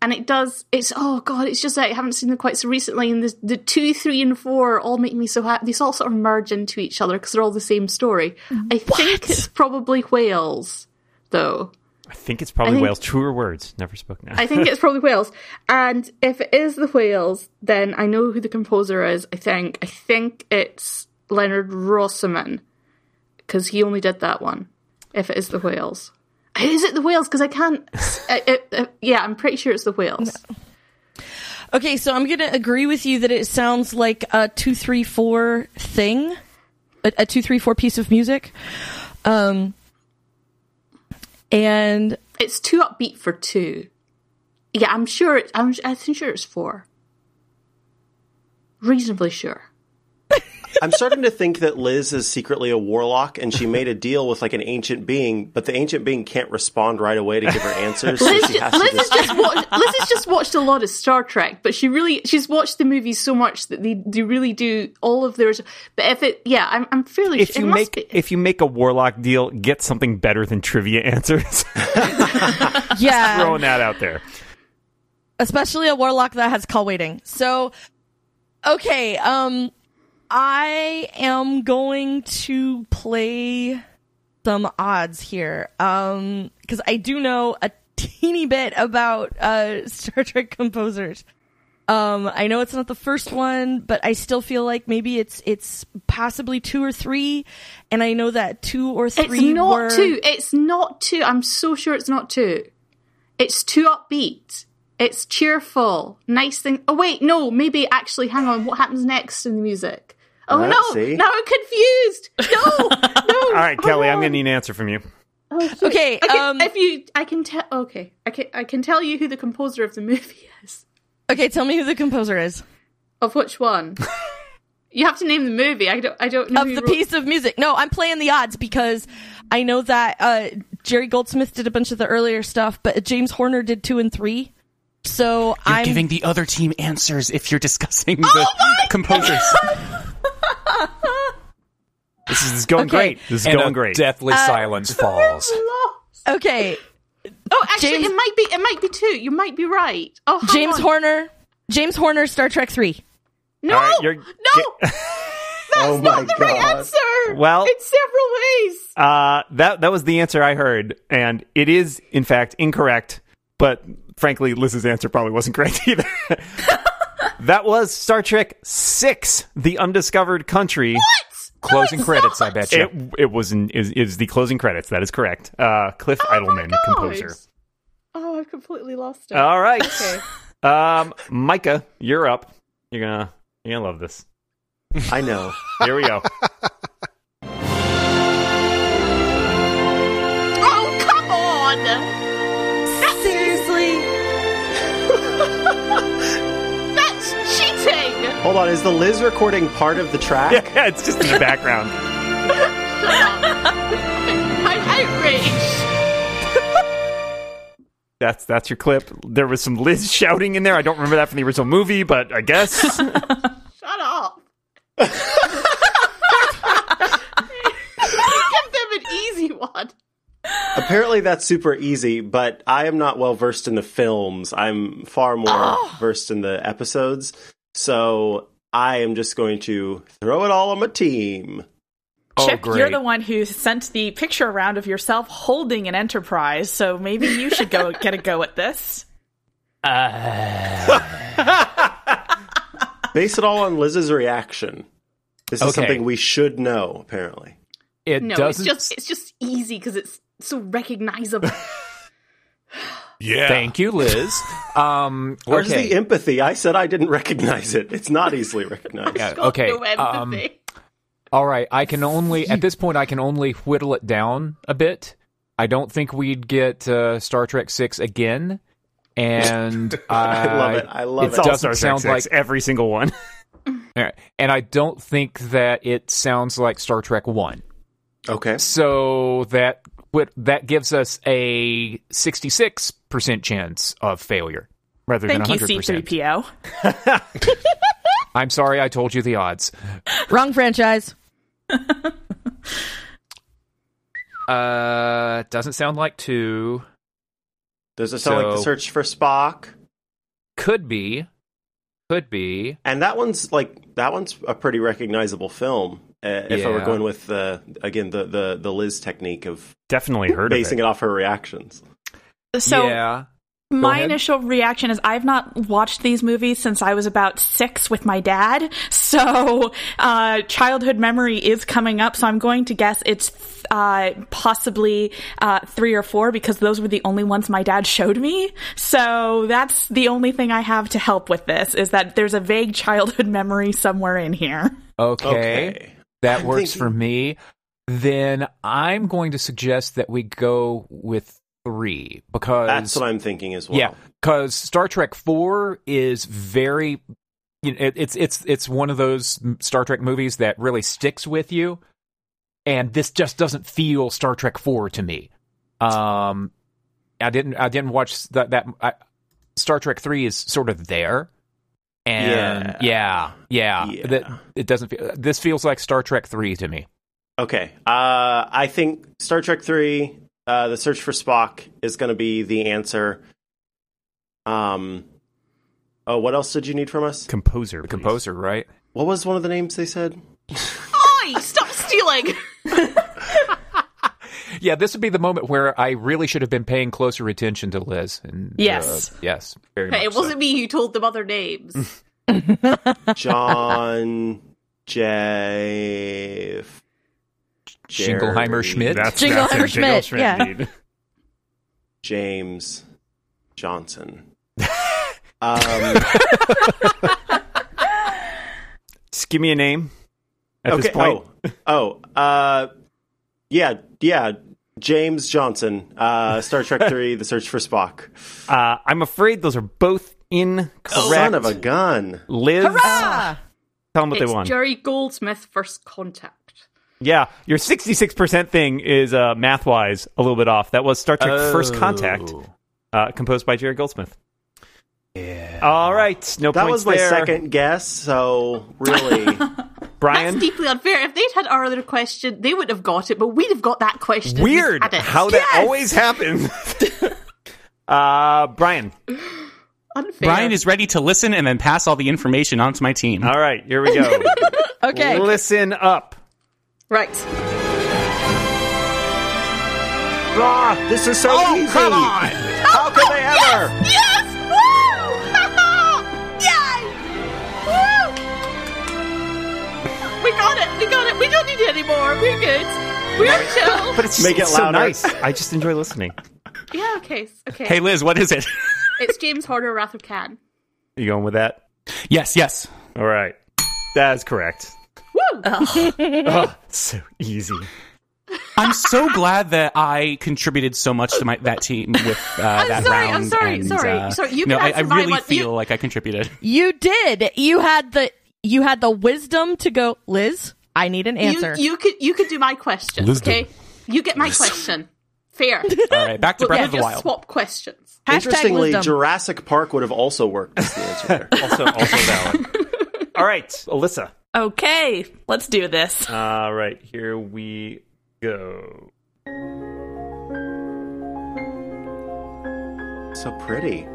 and it does. It's oh god, it's just that I haven't seen them quite so recently, and the, the two, three, and four all make me so happy. These all sort of merge into each other because they're all the same story. I think it's probably Wales, though. I think it's probably I think- Wales. Truer words never spoken. I think it's probably Wales, and if it is the Wales, then I know who the composer is. I think. I think it's Leonard Rossman because he only did that one. If it is the Wales. Is it the whales? Because I can't. I, I, I- yeah, I'm pretty sure it's the whales. Okay, so I'm going to agree with you that it sounds like a two, three, four thing, a, a two, three, four piece of music. Um, and It's too upbeat for two. Yeah, I'm sure. It, I'm. I'm sure it's four. Reasonably sure. I'm starting to think that Liz is secretly a warlock and she made a deal with like an ancient being, but the ancient being can't respond right away to give her answers. So Liz, she has to Liz has just. just watched, Liz has just watched a lot of Star Trek, but she really she's watched the movies so much that they, they really do all of theirs. But if it, yeah, I'm I'm fairly. if sure. you it must make be, if you make a warlock deal, get something better than trivia answers. yeah, Throwing that out there. especially a warlock that has call waiting. So, okay, um, I am going to play some odds here. Um, cause I do know a teeny bit about, uh, Star Trek composers. Um, I know it's not the first one, but I still feel like maybe it's it's possibly two or three, and I know that two or it's three. not were- two. It's not two. I'm so sure it's not two. It's too upbeat. It's cheerful, nice thing. Oh wait, no, maybe actually. Hang on. What happens next in the music? Oh Uh, no! see? Now I'm confused. No, no. oh, All right, Kelly, I'm going to need an answer from you. Okay, I can, um, if you, I can tell. Okay, I can, I can tell you who the composer of the movie is. Okay, tell me who the composer is Of which one? you have to name the movie. I don't, I don't know. of who the wrote- piece of music. No, I'm playing the odds because I know that uh, Jerry Goldsmith did a bunch of the earlier stuff, but James Horner did two and three. So You're I'm Oh giving the other team answers if you're discussing the composers. This is, this is going Okay. great. This is and uh, going a great. deathly Uh, silence falls. okay. Oh, actually, James- it might be. It might be two. You might be right. Oh, hang James on. Horner, James Horner, Star Trek three. No, All right, you're- no, that's oh my not the god! right answer. Well- it's several ways. Uh, that that was the answer I heard, and it is in fact incorrect. But frankly, Liz's answer probably wasn't correct either. that was Star Trek Six: The Undiscovered Country. Closing credits, I bet you. It it was in, is, is the closing credits. That is correct. Uh, Cliff Idleman, God. composer. Uh, Oh, I've completely lost it. All right, okay. um, Micah, you're up. You're gonna you're gonna love this. I know. Here we go. Oh, come on. Seriously, That's cheating. Hold on, is the Liz recording part of the track? yeah, it's just in the background. I'm outraged. That's that's your clip. There was some Liz shouting in there. I don't remember that from the original movie, but I guess Shut up. Give them an easy one. Apparently that's super easy, but I am not well versed in the films. I'm far more versed in the episodes. So I am just going to throw it all on my team. oh, Chip, great. you're the one who sent the picture around of yourself holding an enterprise, so maybe you should go get a go at this. Uh, Base it all on Liz's reaction. This is Okay. something we should know, apparently. It No, doesn't. it's just it's just easy because it's so recognizable. Yeah. Thank you, Liz. Um, Where's okay. the empathy? I said I didn't recognize it. It's not easily recognized. Yeah, Got okay. no um, empathy. all right. I can only at this point I can only whittle it down a bit. I don't think we'd get uh, Star Trek Six again, and I, I love it. I love it's it. all doesn't Star Trek sound Six. like- Every single one. All right. And I don't think that it sounds like Star Trek One. Okay. So that what- that gives us a sixty six percent chance of failure rather Thank than you, hundred percent. C3PO. I'm sorry, I told you the odds. wrong franchise. Uh, doesn't sound like two. Does it sound like the So- search for Spock? Could be, could be. And that one's like that one's a pretty recognizable film. Uh, if I were Yeah. going with the again the the the Liz technique of Definitely heard of basing it. it. off her reactions. So yeah, my ahead. initial reaction is I've not watched these movies since I was about six with my dad, so uh, childhood memory is coming up. So I'm going to guess it's uh, possibly uh, three or four because those were the only ones my dad showed me. So that's the only thing I have to help with this is that there's a vague childhood memory somewhere in here. okay, that I'm works thinking- for me. Then I'm going to suggest that we go with three because That's what I'm thinking as well. Yeah, because Star Trek Four is very, you know, it, it's it's it's one of those m- Star Trek movies that really sticks with you, and this just doesn't feel Star Trek Four to me. Um, I didn't I didn't watch that that I, Star Trek Three is sort of there, and yeah, yeah, Yeah. that it doesn't feel. This feels like Star Trek Three to me. Okay. Uh, I think Star Trek Three, uh, the search for Spock, is going to be the answer. Um. Oh, what else did you need from us? Composer. please. Composer, right? What was one of the names they said? Oi! Stop stealing. Yeah, this would be the moment where I really should have been paying closer attention to Liz. And, Yes. uh, yes, very much. it so. wasn't me who told them other names. John J. Jingleheimer Jerry. Schmidt. That's Jingleheimer that's it, Schmidt, Jingleheimer yeah. indeed. James Johnson. um, Just give me a name. at this point? Oh, oh, uh, yeah, yeah. James Johnson, uh, Star Trek Three: The Search for Spock. Uh, I'm afraid those are both incorrect. Oh, Son of a gun. Liz, tell them what it's they won. Jerry Goldsmith first contact. yeah, your 66% thing is uh, math-wise a little bit off. That was Star Trek First Oh. Contact, Oh. uh, composed by Jerry Goldsmith. Yeah. All right, no That points was my there. second guess. So really, Brian, That's deeply unfair. If they'd had our other question, they would have got it, but we'd have got that question. weird We'd had it. how that always happens. uh, Brian, unfair. Brian is ready to listen and then pass all the information on to my team. all right, here we go. Okay. Listen up. right. ah, this is so easy. How could they ever? Oh, Yes! Woo! Yay! Woo! We got it. We got it. We don't need it anymore. We're good. We're chill. But it's, Make it it's so louder. nice. I just enjoy listening. yeah. Okay. Okay. Hey, Liz, what is it? It's James Horner, Wrath of Khan. You going with that? yes, yes. All right. That's correct. Ah, Woo! So easy. I'm so glad that I contributed so much to my that team with uh, that sorry, I'm round. sorry, and, sorry, uh, sorry. You no, can I, I answer my really one. You- feel like I contributed. You did. You had the you had the wisdom to go, Liz, I need an you, answer. you could you could do my question. Wisdom. Okay. You get my question. Fair. All right, back to But Breath we'll of the just Wild. swap questions. Hashtag Interestingly, wisdom. Jurassic Park would have also worked. That's the answer there. Also, also valid. All right, Alyssa. Okay, let's do this. All right, here we go. So pretty.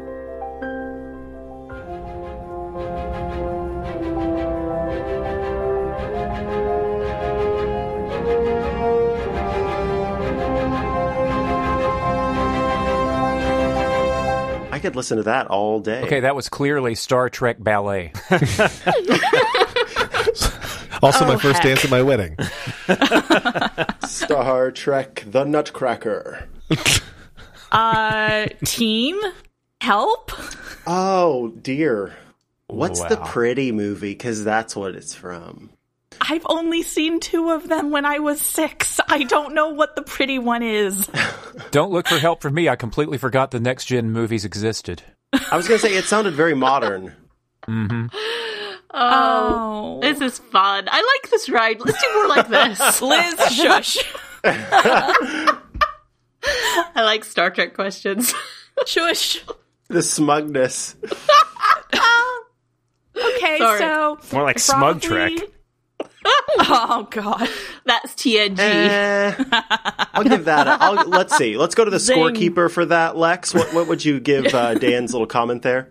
I could listen to that all day. Okay, that was clearly Star Trek ballet. Also, my Oh, first heck. dance at my wedding. Star Trek The Nutcracker. Uh, team, help. Oh dear. What's the pretty movie? Because that's what it's from. I've only seen two of them when I was six. I don't know what the pretty one is. Don't look for help from me. I completely forgot the next gen movies existed. I was gonna say it sounded very modern. Oh, This is fun. I like this ride. Let's do more like this. Liz, shush, I like Star Trek questions. shush. The smugness. Oh. Okay, Sorry. so More like Smug Trek. probably- Oh God. That's TNG. Eh, I'll give that. A, I'll, let's see. Let's go to the scorekeeper for that, Lex. What, what would you give uh, Dan's little comment there?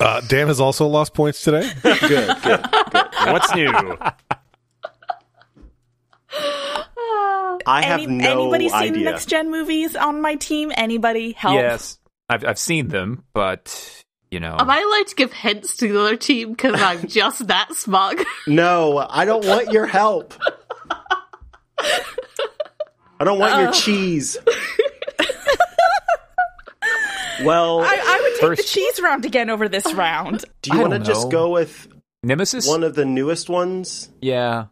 Uh, Dan has also lost points today. Good, good. What's new? I have Any- no anybody seen idea. next gen movies on my team? Anybody help? Yes, I've I've seen them, but you know, Am I allowed to give hints to the other team because I'm just that smug? no, I don't want your help. I don't want Oh. your cheese. well, I, I would take the First- cheese round again over this round. do you I want to don't just know. go with Nemesis. one of the newest ones? yeah,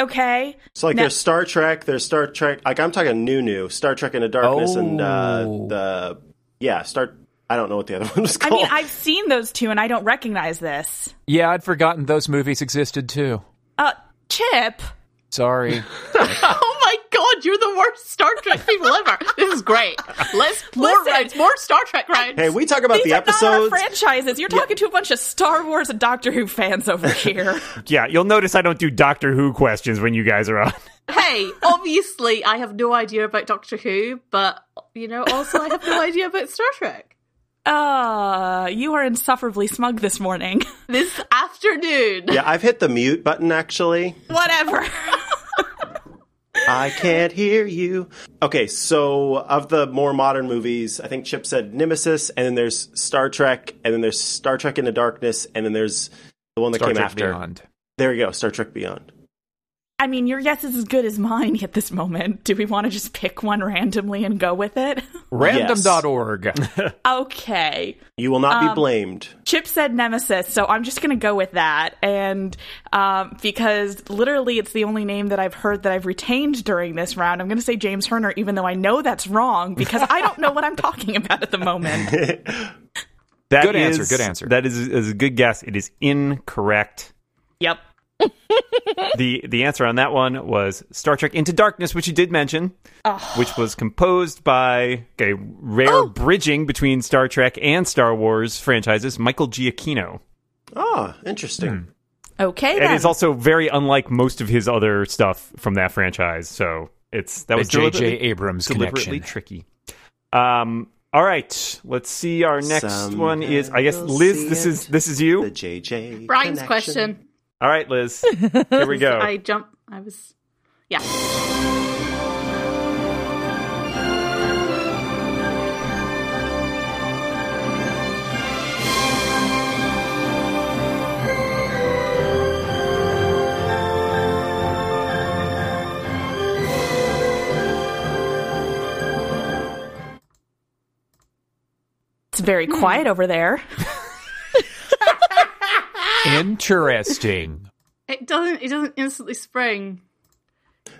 Okay. So like No. there's Star Trek, there's Star Trek. Like I'm talking new, new Star Trek Into Darkness, and uh, Oh. the yeah, Star. I don't know what the other one was I called. mean, I've seen those two and I don't recognize this. yeah, I'd forgotten those movies existed too. Uh, Chip. Sorry. oh my god, you're the worst Star Trek people ever. This is great. Let's more Listen. rides, more Star Trek rides. Hey, we talk about the These are not our episodes. franchises. You're talking to a bunch of Star Wars and Doctor Who fans over here. Yeah, you'll notice I don't do Doctor Who questions when you guys are on. Hey, obviously I have no idea about Doctor Who, but you know, also I have no idea about Star Trek. uh, you are insufferably smug this morning. This afternoon. yeah, I've hit the mute button actually. Whatever. I can't hear you. Okay, so of the more modern movies, I think Chip said Nemesis, and then there's Star Trek, and then there's Star Trek Into Darkness, and then there's the one that Star came Trek after. Beyond. There we go, Star Trek Beyond. I mean, your guess is as good as mine at this moment. Do we want to just pick one randomly and go with it? Random.org. okay. You will not be blamed. Chip said Nemesis, so I'm just going to go with that. And um, because literally it's the only name that I've heard that I've retained during this round, I'm going to say James Herner, even though I know that's wrong because I don't know what I'm talking about at the moment. That Good answer, is- good answer. That is, is a good guess. It is incorrect. Yep. the the answer on that one was Star Trek Into Darkness, which you did mention, which was composed by a rare bridging between Star Trek and Star Wars franchises, Michael Giacchino. Ah, interesting. Okay. And Then. it's also very unlike most of his other stuff from that franchise. So it's that The was J.J. deliberately- Abrams deliberately connection. tricky. Um. All right. Let's see. Our next Someday one is I guess we'll Liz. see This it. is this is Hmm. The you. JJ. Brian's connection. question. All right, Liz. Here we Oh. go. I jump. I was. Yeah. it's very quiet over there. Interesting. It doesn't. It doesn't instantly spring.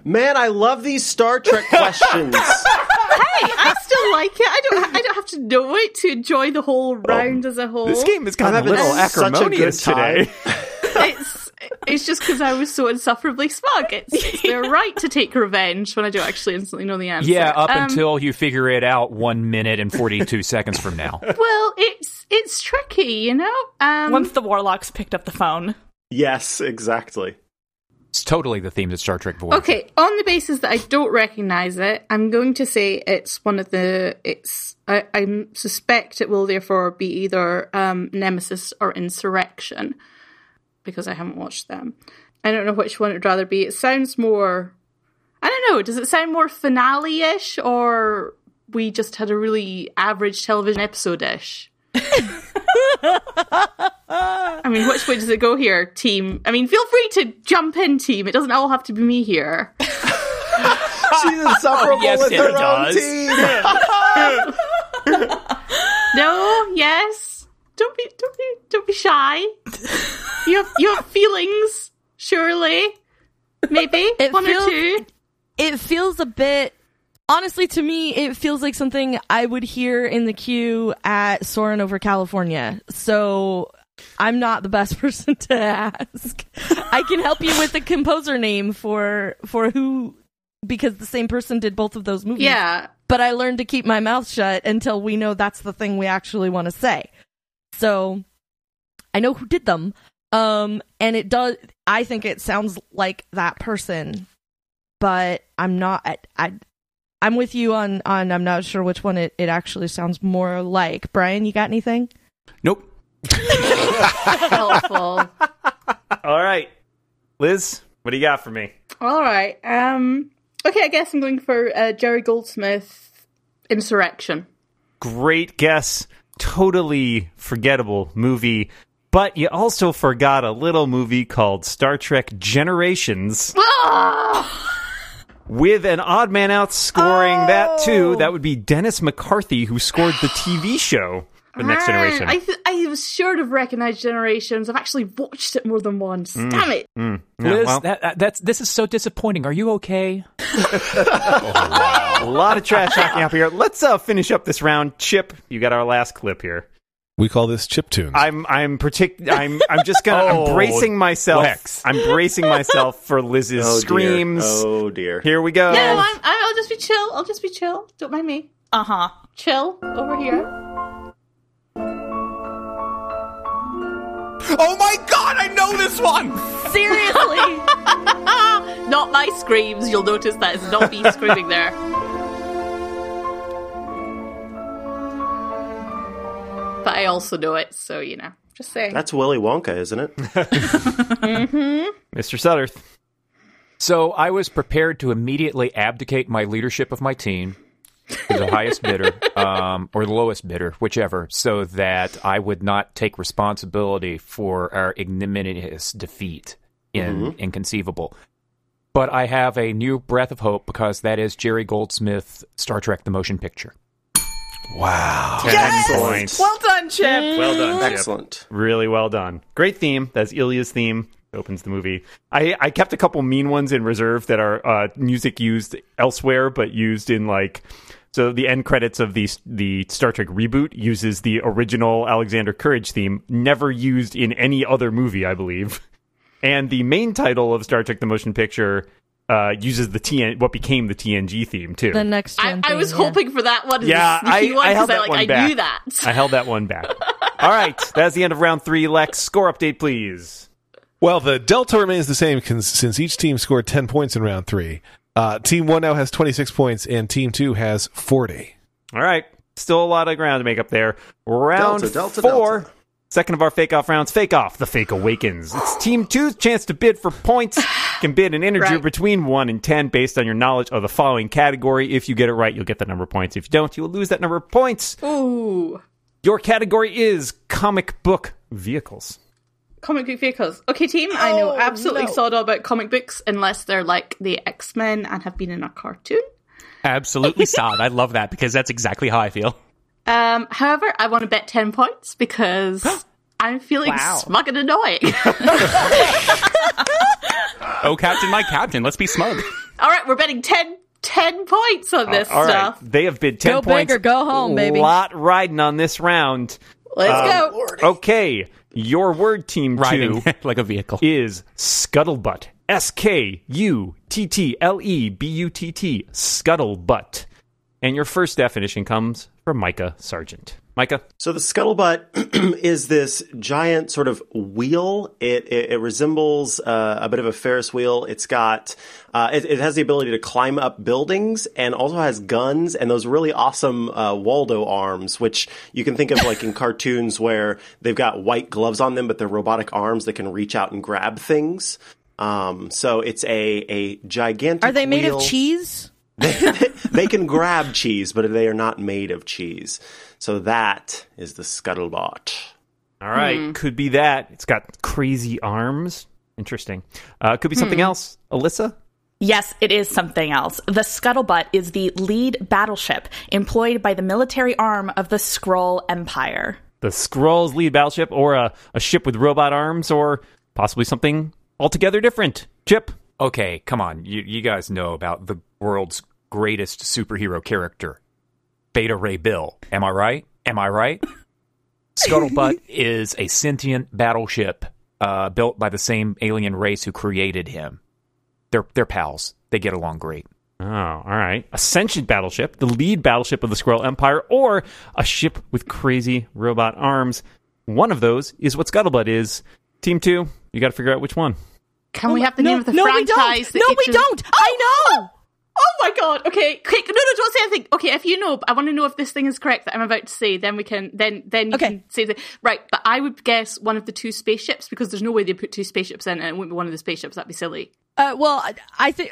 Man, I love these Star Trek questions. Hey, I still like it. I don't. I don't have to know it to enjoy the whole Oh. round as a whole. this game has gotten a I'm having little such a good acrimonious time. today. It's. It's just because I was so insufferably smug. It's, it's their right to take revenge when I don't actually instantly know the answer. Yeah, up Um, until you figure it out one minute and 42 seconds from now. Well, it's it's tricky, you know. Hmm. Um, Once the warlocks picked up the phone. yes, exactly. It's totally the theme of Star Trek Voyager. Okay, on the basis that I don't recognise it, I'm going to say it's one of the. It's I, I suspect it will therefore be either um, Nemesis or Insurrection, because I haven't watched them. I don't know which one it'd rather be. It sounds more. I don't know. Does it sound more finale-ish, or we just had a really average television episode-ish? I mean, which way does it go here, team? I mean, feel free to jump in, team. It doesn't all have to be me here. She's insufferable Yes, with it her does. own team. No, yes. Don't be don't be don't be shy. You have you have feelings, surely. Maybe. It One feels- or two. it feels a bit honestly to me it feels like something i would hear in the queue at soarin' over california so i'm not the best person to ask i can help you with the composer name for for who because the same person did both of those movies Yeah. but i learned to keep my mouth shut until we know that's the thing we actually want to say so i know who did them um and it does i think it sounds like that person but I'm not. I, I I'm with you on on. I'm not sure which one it, it actually sounds more like. Brian, you got anything? Nope. Helpful. All right, Liz, what do you got for me? all right. Um okay, I guess I'm going for uh, Jerry Goldsmith insurrection. Great guess. Totally forgettable movie, but you also forgot a little movie called Star Trek Generations Ah! with an odd man out scoring that Oh. too. That would be Dennis McCarthy, who scored the TV show The Next Ah, Generation. I, th- I was sure to have recognized Generations. I've actually watched it more than once. Mm. Damn it. Yeah, Liz, well, that, that- that's, this is so disappointing. Are you okay? a lot of trash talking up here. Let's uh, finish up this round. Chip, you got our last clip here. We call this chip tunes. I'm I'm partic- I'm I'm just gonna Oh, I'm bracing myself. Lex. I'm bracing myself for Liz's Oh, dear. screams. Oh dear. Here we go. No, I'm, I'll just be chill. I'll just be chill. Don't mind me. Uh huh. Chill over here. Oh my god, I know this one! Seriously, Not my screams. You'll notice that it's not me screaming there. But I also know it, so you know. Just saying. That's Willy Wonka, isn't it? Mr. Sutterth. So I was prepared to immediately abdicate my leadership of my team to the highest bidder um, or the lowest bidder, whichever, so that I would not take responsibility for our ignominious defeat in Inconceivable. but I have a new breath of hope because that is Jerry Goldsmith, Star Trek: The Motion Picture. Wow. Excellent. Well done, Chip. Well done. Excellent. Really well done. Great theme. That's Ilya's theme. Opens the movie. I, I kept a couple mean ones in reserve that are uh, music used elsewhere, but used in like. So the end credits of the the Star Trek reboot uses the original Alexander Courage theme, never used in any other movie, I believe. And the main title of Star Trek: The Motion Picture uh, uses the TN what became the TNG theme too. The next I, gen. I thing, was yeah. hoping for that one. as Yeah, a sneaky I- one I held 'cause that like one I back. knew that. I held that one back. All right, that's the end of round three. Lex, score update, please. Well, the delta remains the same cons- since each team scored 10 points in round three. Uh, team one now has 26 points, and team two has 40. All right, still a lot of ground to make up there. Round Delta, delta, four, delta. second of our fake off rounds. Fake off. The fake awakens. It's team two's chance to bid for points. You can bid an integer Right. between one and ten based on your knowledge of the following category. If you get it right, you'll get the number of points. If you don't, you will lose that number of points. Ooh, Your category is comic book vehicles. comic book vehicles. Okay, team. I know absolutely sod all about comic books unless they're like the X Men and have been in a cartoon. Absolutely sod. I love that because that's exactly how I feel. Um, however, I want to bet ten points because I'm feeling smug and annoying. Oh, Captain, my Captain, let's be smug. All right, we're betting 10, 10 points on this All right, stuff. they have bid ten Go big points. or go home, baby. Lot riding on this round. Let's go. Okay, your word team two Riding like a vehicle. is scuttlebutt. S K U T T L E B U T T. Scuttlebutt. And your first definition comes from Micah Sargent. Micah, So the scuttlebutt is this giant sort of wheel. It it, it resembles uh, a bit of a Ferris wheel. It's got uh, it, it has the ability to climb up buildings and also has guns and those really awesome uh, Waldo arms, which you can think of like in cartoons where they've got white gloves on them, but they're robotic arms that can reach out and grab things. Um, so it's a a gigantic. Are they made of wheel. cheese? they can grab cheese, but they are not made of cheese. So that is the scuttlebot. All right, Hmm. could be that. It's got crazy arms. Interesting. Uh, could be something Hmm. else. Alyssa? Yes, it is something else. The Scuttlebutt is the lead battleship employed by the military arm of the Skrull Empire. The Scrolls lead battleship, or a, a ship with robot arms, or possibly something altogether different. Chip? Okay, come on, you you guys know about the world's greatest superhero character, Beta Ray Bill. Am I right? Am I right? Scuttlebutt is a sentient battleship uh, built by the same alien race who created him. They're they're pals. They get along great. Oh, all right. A sentient battleship, the lead battleship of the Squirrel Empire, or a ship with crazy robot arms. One of those is what Scuttlebutt is. Team two, you got to figure out which one. Can we have the name of the Oh no, franchise? we don't. No, that each we of- don't. I know. Oh my god. Okay, quick. No, no, don't say anything. Okay, if you know, but I want to know if this thing is correct that I'm about to say. Then we can. Then, then you Okay. can say that. Right, but I would guess one of the two spaceships because there's no way they put two spaceships in, and it wouldn't be one of the spaceships. That'd be silly. Uh, well, I- I think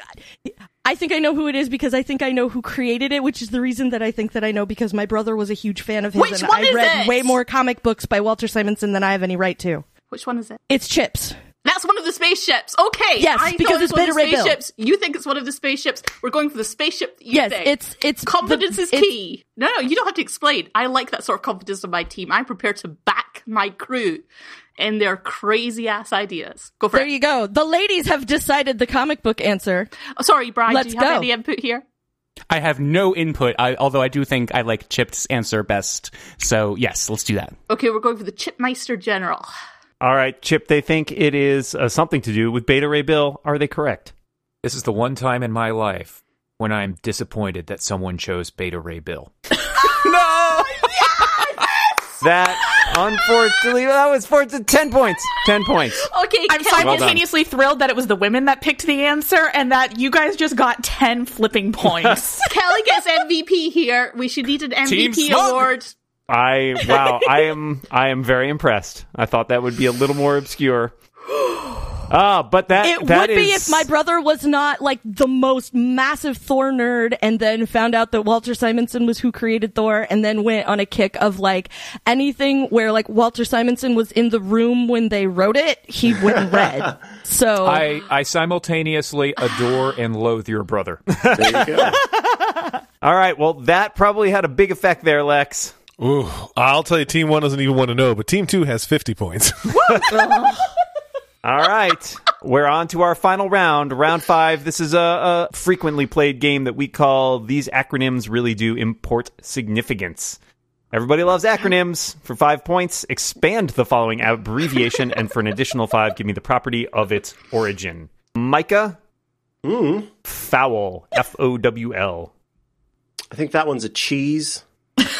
I think I know who it is because I think I know who created it, which is the reason that I think that I know because my brother was a huge fan of his, Which and one I is read it? way more comic books by Walter Simonson than I have any right to. Which one is it? It's Chips. That's one of the spaceships. Okay. Yes, I thought because it was it's one of the Beta Ray Bill. spaceships. You think it's one of the spaceships? We're going for the spaceship. that You Yes, think. it's it's Confidence the- is it's- key. No, no, you don't have to explain. I like that sort of confidence on my team. I'm prepared to back my crew in their crazy ass ideas. Go for There it. you go. The ladies have decided the comic book answer. Oh, sorry, Brian. Let's do you have go. any input here? I have no input, I, although I do think I like Chip's answer best. So, yes, let's do that. Okay, we're going for the Chipmeister General. All right, Chip, they think it is uh, something to do with Beta Ray Bill. Are they correct? This is the one time in my life when I'm disappointed that someone chose Beta Ray Bill. That, unfortunately, that was four to 10 points. 10 points. Okay, I'm Kel- done. simultaneously thrilled that it was the women that picked the answer and that you guys just got 10 flipping points. Kelly gets MVP here. We should need an Team MVP Smug. award. I, wow, I am, I am very impressed. I thought that would be a little more obscure. Ah, but that It that would be is- if my brother was not like the most massive Thor nerd and then found out that Walter Simonson was who created Thor and then went on a kick of like anything where like Walter Simonson was in the room when they wrote it, he went and read. So I, I simultaneously adore and loathe your brother. There you go. All right, well that probably had a big effect there, Lex. Ooh, I'll tell you, Team One doesn't even want to know, but Team Two has fifty points. All right. We're on to our final round, round five. This is a, a frequently played game that we call These Acronyms Really Do Import Significance. Everybody loves acronyms. For five points, expand the following abbreviation, and for an additional five, give me the property of its origin. Micah? Mm-hmm. Foul. F O W L. I think that one's a cheese.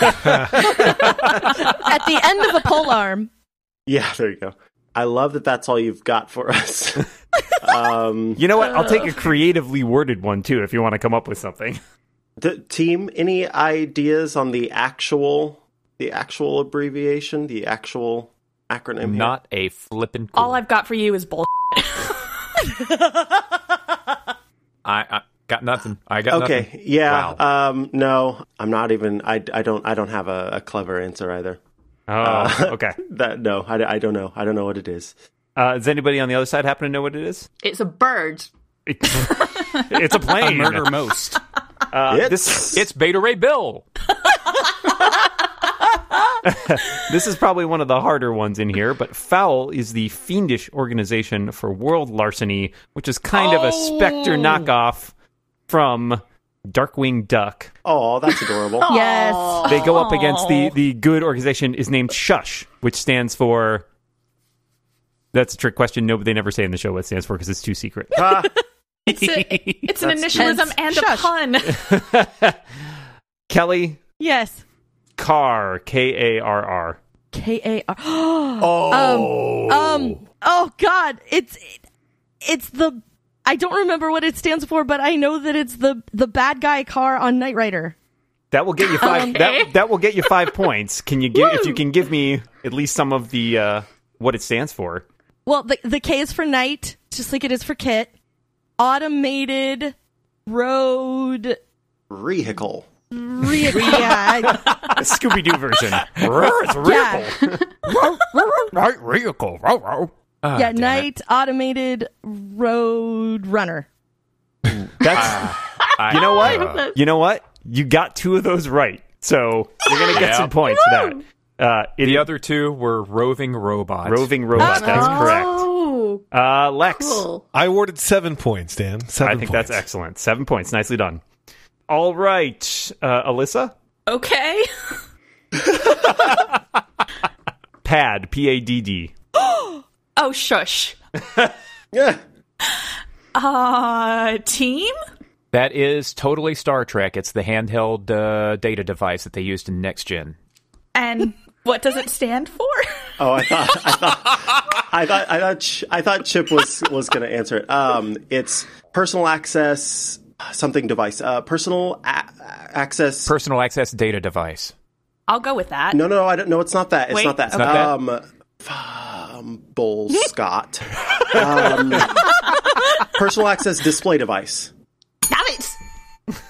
at the end of a pole arm. Yeah, there you go. I love that that's all you've got for us. um, You know what? I'll take a creatively worded one too if you want to come up with something. the team, any ideas on the actual the actual abbreviation, the actual acronym? here? Not a flippin' clue. All I've got for you is bull. I, I got nothing. I got Okay. nothing. Yeah. uh, Wow. Um, no, I'm not even. I, I don't. I don't have a, a clever answer either. Oh, okay. That no. I, I don't know. I don't know what it is. Uh, does anybody on the other side happen to know what it is? It's a bird. It's a plane. Murder most. Uh, It's- this it's Beta Ray Bill. this is probably one of the harder ones in here, but Foul is the fiendish organization for world larceny, which is kind of a Spectre knockoff from Darkwing Duck. Oh, that's adorable. Yes. They go up against the the good organization is named Shush, which stands for. That's a trick question. No, but they never say in the show what it stands for because it's too secret. Uh, It's, a, it's an initialism and Shush. a pun. Kelly Yes. Carr, K A R R. K A R. Oh. Um, um, oh God, it's it's the I don't remember what it stands for, but I know that it's the the bad guy car on Knight Rider. That will get you five. That, that will get you five points. Can you give if you can give me at least some of the uh, what it stands for? Well, the the K is for night, just like it is for Kit. Automated road. Vehicle. Re- yeah, I- Scooby Doo version. it's yeah, Vehicle. Ah, yeah. Night automated road runner. That's you know what? You know what? You got two of those right, so you're gonna get Yeah. some points for that. Uh, it The is other two were roving robots. roving robot. That's correct. Oh, Uh, Lex, cool. I awarded seven points, Dan. Seven I think points. that's excellent. Seven points, nicely done. All right, uh, Alyssa, okay. pad, P A D D. Oh, shush. Yeah. Uh, team? That is totally Star Trek. It's the handheld uh, data device that they used in Next Gen. And what does it stand for? Oh, I thought. I thought. I thought. I thought. Ch- I thought Chip was was going to answer it. Um, it's personal access something device. Uh, personal a- access. Personal access data device. I'll go with that. no, no, no. I don't. No, it's not that. It's Wait. not that. It's not that? um, f- um, Bull Scott. um, personal access display device. Damn it!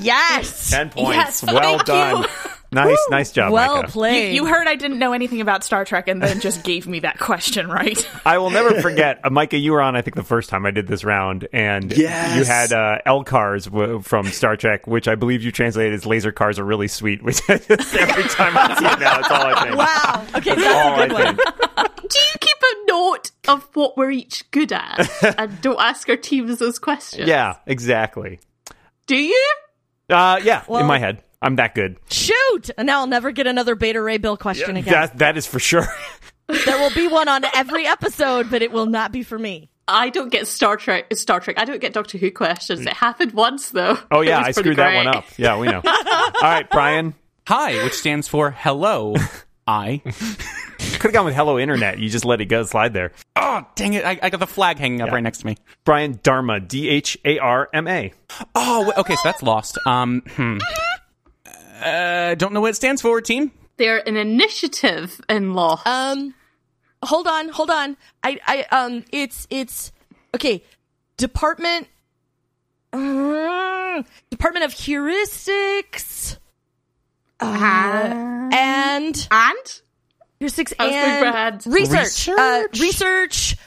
Yes. Ten points. Yes, well thank done. you. Nice, nice job. Well Micah. You, played. you heard I didn't know anything about Star Trek and then just gave me that question, right? I will never forget, uh, Micah. You were on, I think, the first time I did this round, and Yes. you had uh, L cars w- from Star Trek, which I believe you translated as "laser cars are really sweet." Which I just, every time I see it now, it's all I think. Wow. Okay, that's All a good Oh, I one. think. Do you keep a note of what we're each good at and don't ask our teams those questions? Yeah, exactly. Do you? Uh, yeah, Well- in my head, I'm that good. Shoot! And now I'll never get another Beta Ray Bill question again. That that is for sure. There will be one on every episode, but it will not be for me. I don't get Star Trek. Star Trek. I don't get Doctor Who questions. It happened once though. Oh It yeah, was I pretty screwed that one great. up. Yeah, we know. all right, Brian. Hi, which stands for hello. I. Could have gone with "Hello Internet." You just let it go slide there. Oh, dang it. I, I got the flag hanging up right next to me. Brian Dharma, D H A R M A. Oh, wait, okay, so that's lost. Um, hmm. Uh, don't know what it stands for, team. They're an initiative Uh, in law. Um, hold on, hold on. I, I, um, it's, it's Okay, department. Mm, department of heuristics uh, And, and and heuristics I was going for and heads. research. Uh, Research. research.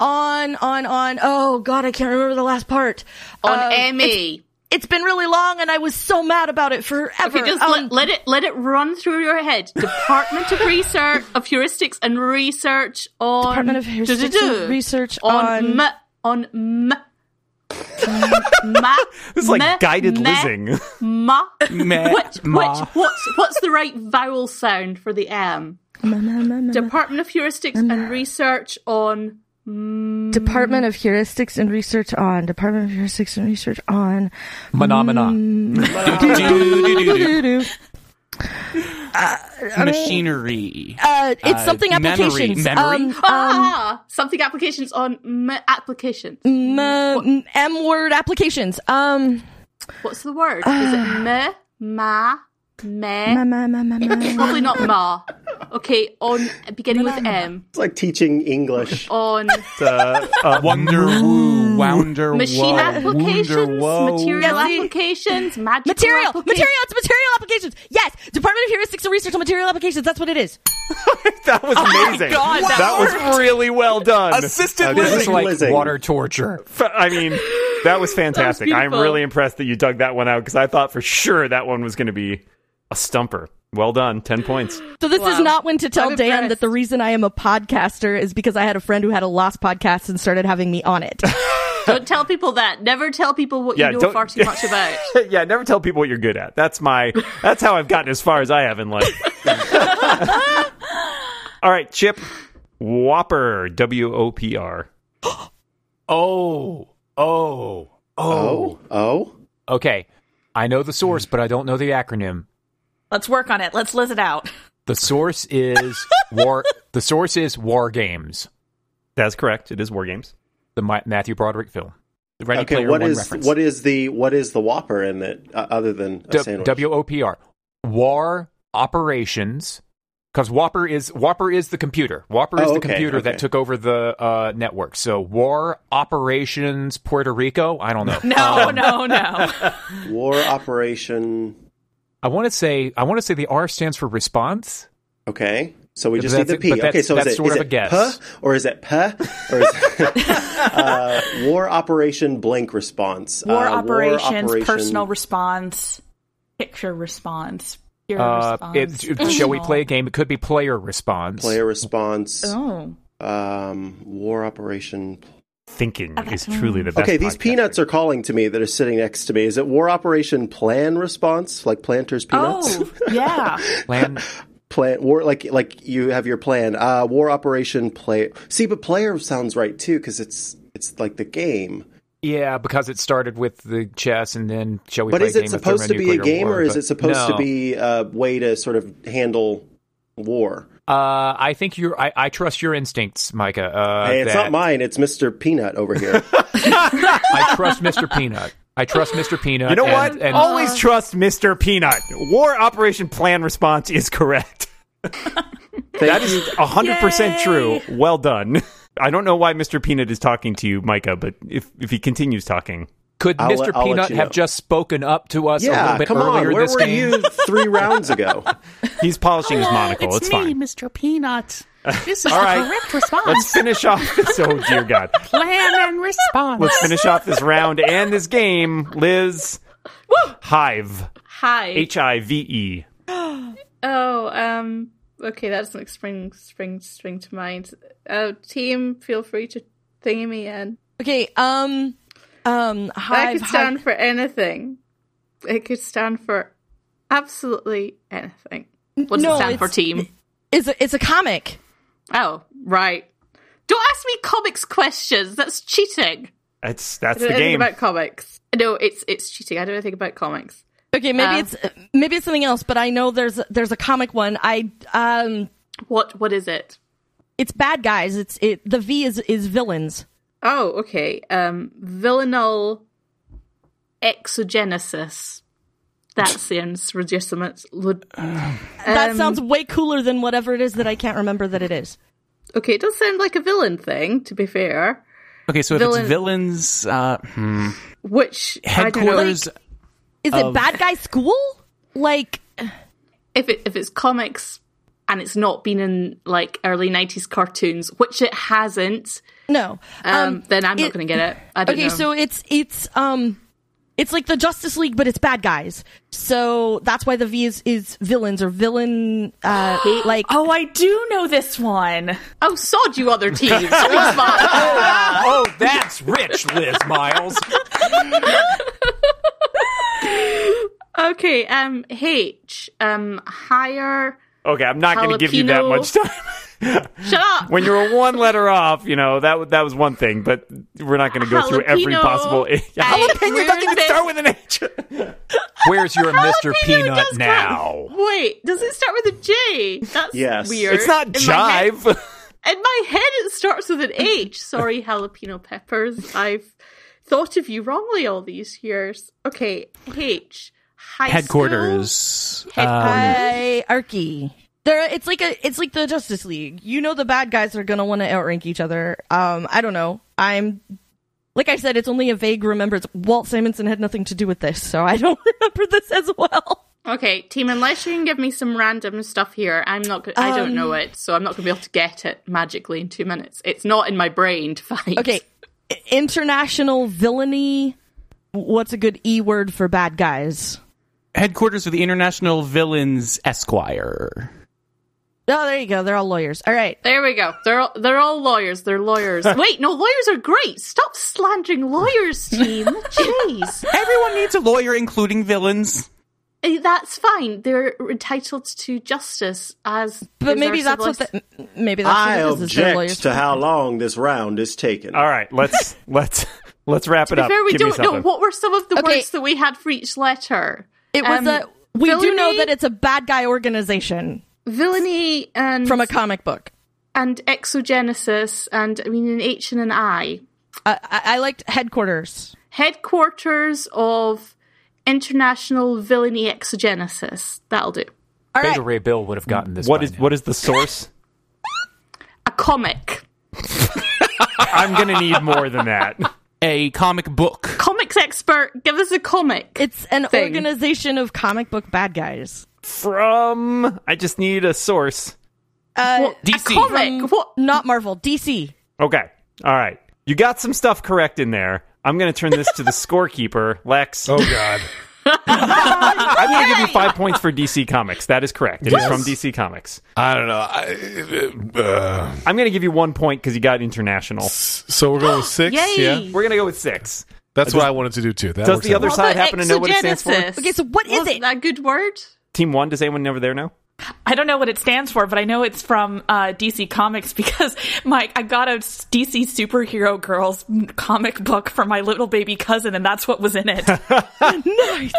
On, on, on. Oh God, I can't remember the last part. on E. Um, it's- Emmy. it's been really long, and I was so mad about it forever. Okay, just Um, let, let it let it run through your head. Department of Research of Heuristics and Research on Department of Heuristics Du-du-du. and Research on- on m- on m- ma, This is like ma- guided ma- living. Ma, Meh, which, ma. which what's what's the right vowel sound for the M? Department of Heuristics and Research on Department of Heuristics and Research on Department of Heuristics and Research on. Phenomena. Mm. Doo-doo. machinery. Uh, it's Uh, something memory, applications. memory? Um, um, ah something applications on m- applications. m- m- M word applications. Um, What's the word? Is it m ma me? ma- ma- ma- ma- ma- Probably not ma. Okay, on beginning with M. It's like teaching English. On uh, Wonder woo, wounder machine woe, applications, woe. material Yeah, see- applications, magical material, applica- material. It's material applications. Yes, Department of Heuristics and Research on Material Applications. That's what it is. that was amazing. God, that was really well done. Uh, Assisted This is living. like Lizzing. water torture. F- I mean, that was fantastic. I'm beautiful. really impressed that you dug that one out because I thought for sure that one was going to be a stumper. Well done, ten points. So this is Wow. not when to tell I'm Dan impressed. that the reason I am a podcaster is because I had a friend who had a lost podcast and started having me on it. Don't tell people that. Never tell people what Yeah, you know don't- far too much about. yeah, never tell people what you're good at. That's my. That's how I've gotten as far as I have in life. All right, Chip Whopper, W O P R. Oh, oh, oh. Oh, oh. Okay, I know the source, but I don't know the acronym. Let's work on it. Let's liz it out. The source is war. The source is War Games, That's correct. It is war games. the Ma- Matthew Broderick film. Ready okay, Player what One is reference. what is the what is the Whopper in it uh, other than a sandwich? W O P R. War operations. Because Whopper is Whopper is the computer. Whopper is Oh, the okay, computer okay. that took over the uh, network. So War Operations Puerto Rico. I don't know. Um, No, no, no. War operation. I want to say I want to say the R stands for response. Okay, so we But just need the that's- P. but that's- okay, so that's is it sort is of it a guess. P or is it P or is it, uh, War operation blank response? War uh, operations, operation- personal response, picture response, pure Uh, response. it, shall we play a game? It could be player response. player response. Oh, Um, war operation. Thinking is truly the best. okay, these peanuts are calling to me that are sitting next to me. Is it war operation plan response? Like planters peanuts? oh, yeah. Plan- plan war like like you have your plan uh war operation play see but player sounds right too because it's it's like the game Yeah, because it started with the chess, and then shall we? but play is a it game supposed of to be a thermonuclear game war, or is but- it supposed to No. be a way to sort of handle war Uh, I think you're. I, I trust your instincts, Micah. Uh, hey it's that- not mine it's mr peanut over here I trust Mr. Peanut. I trust Mr. Peanut. You know and- what? and- Always trust Mr. Peanut. War Operation Plan Response is correct. that is 100% true. Well done. I don't know why Mr. Peanut is talking to you, Micah, but if, if he continues talking, could I'll let- Mr. I'll let Peanut you have know. just spoken up to us a little yeah bit come on earlier where this were game? you three rounds ago he's polishing his monocle. It's, fine. Mr. Peanut. This is All the right. correct response. Let's finish off this. Oh, dear God. Plan and response. Let's finish off this round and this game, Liz. Hive. Hi. H I V E. oh, um, okay, that doesn't spring spring spring to mind. Uh, team, feel free to thingy me in. okay, um, um, That hive, could stand for anything. It could stand for absolutely anything. What does No, it stand for, it's- team? It's a, it's a comic. Oh, right. Don't ask me comics questions. That's cheating. That's, I that's don't the know anything game. about comics. No, it's it's cheating. I don't know anything about comics. Okay, maybe Uh. it's maybe it's something else, but I know there's there's a comic one. I um, What what is it? it's bad guys. It's it. The V is is villains. Oh, okay. Um villainal exogenesis. That sounds ridiculous. Lud- That Um, sounds way cooler than whatever it is that I can't remember that it is. Okay, it does sound like a villain thing, to be fair. Okay, so if Villain- it's villains, uh, hmm, Which I don't know. headquarters. Is Of- it bad guy school? Like if it if it's comics and it's not been in like early nineties cartoons, which it hasn't, no. um, then I'm not it- going to get it. I don't okay, know. so it's it's um it's like the Justice League, but it's bad guys. So that's why the V is, is villains or villain uh like Oh, I do know this one. oh, sod you other teams. Be smart. Oh, that's rich, Liz Miles. okay, um, H, um, hire. Okay, I'm not going to give you that Jalapeno. much time. Shut up. when you were one letter off, you know that w- that was one thing, but we're not going to go through every Jalapeno. possible. Hey, Jalapeno doesn't even where's start with an H. Where's your Mr. Peanut does now? Wait, does it start with a J? That's Yes. weird. It's not In my head- jive. In my head, it starts with an H. Sorry, jalapeno peppers. I've thought of you wrongly all these years. Okay, H. High headquarters. School, Um, headquarters. hierarchy. There, it's like a, it's like the Justice League. You know, the bad guys are gonna want to outrank each other. Um, I don't know. I'm, like I said, it's only a vague remembrance. Walt Simonson had nothing to do with this, so I don't remember this as well. okay, team, unless you can give me some random stuff here, I'm not go- I don't Um, know it, so I'm not going to be able to get it magically in two minutes. It's not in my brain to find. Okay, I- international villainy. What's a good e word for bad guys? headquarters of the International Villains Esquire. Oh, there you go. They're all lawyers. All right. There we go. They're all, they're all lawyers. They're lawyers. Wait, no, lawyers are great. Stop slandering lawyers, team. Jeez. Everyone needs a lawyer, including villains. Eh, That's fine. They're entitled to justice as. But is maybe our that's what civilized- the, maybe that's I what it is, is. they're object lawyers. to how long this round is taken. All right, let's let's let's wrap it To be up. fair, we Give me don't know something. what were some of the Okay. words that we had for each letter. It was Um, a. We do know villainy- that it's a bad guy organization villainy and from a comic book. and exogenesis and I mean an H and an I. I, I I liked headquarters. Headquarters of international villainy exogenesis. That'll do. All right. Beta Ray Bill would have gotten this. What by is now. what is the source? A comic. I'm going to need more than that. A comic book. Comics expert, give us a comic. It's an thing. organization of comic book bad guys. From I just need a source. Uh, DC. comic. what? Not Marvel, DC. Okay. All right. You got some stuff correct in there. I'm going to turn this to the scorekeeper, Lex. Oh God. I'm going to give you five points for DC Comics. That is correct. It is from DC Comics. I don't know. I, uh, I'm going to give you one point because you got international. so we're going with six. Yay! Yeah, We're going to go with six. that's what I wanted to do too. That Does works the out. other side happen to know what it stands for? exogenesis. Okay, so what is Wasn't it? That a good word. Team one. Does anyone over there know? I don't know what it stands for, but I know it's from uh, DC Comics because my I got a DC superhero girls comic book for my little baby cousin, and that's what was in it.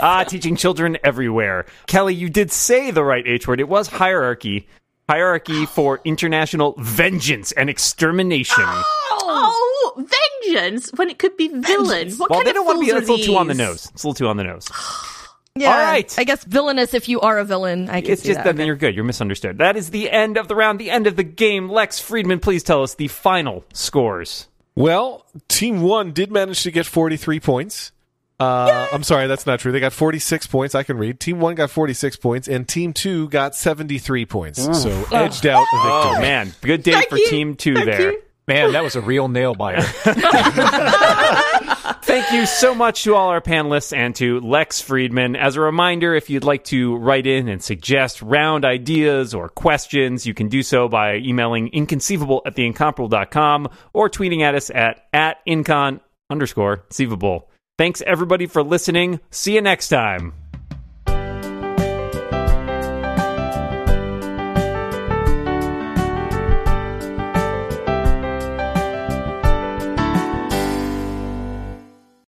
Ah, teaching children everywhere. Kelly, you did say the right H word. It was hierarchy. Hierarchy for international vengeance and extermination. Oh, vengeance when it could be villain. What well, kind they of don't want to be. fools That's a are little too on the these? nose. It's a little too on the nose. Yeah. All right. I guess villainous if you are a villain. I can It's see just that. that then you're good. You're misunderstood. That is the end of the round, the end of the game. Lex Friedman, please tell us the final scores. Well, team one did manage to get 43 points. Uh, I'm sorry, that's not true. They got 46 points. I can read. Team one got 46 points, and team two got 73 points. So edged out a victory. Oh man, good day for Team Two there. Man, that was a real nail biter. Thank you so much to all our panelists and to Lex Friedman. As a reminder, if you'd like to write in and suggest round ideas or questions, you can do so by emailing inconceivable at theincomparable.com or tweeting at us at, at incon underscore conceivable. Thanks everybody for listening. See you next time.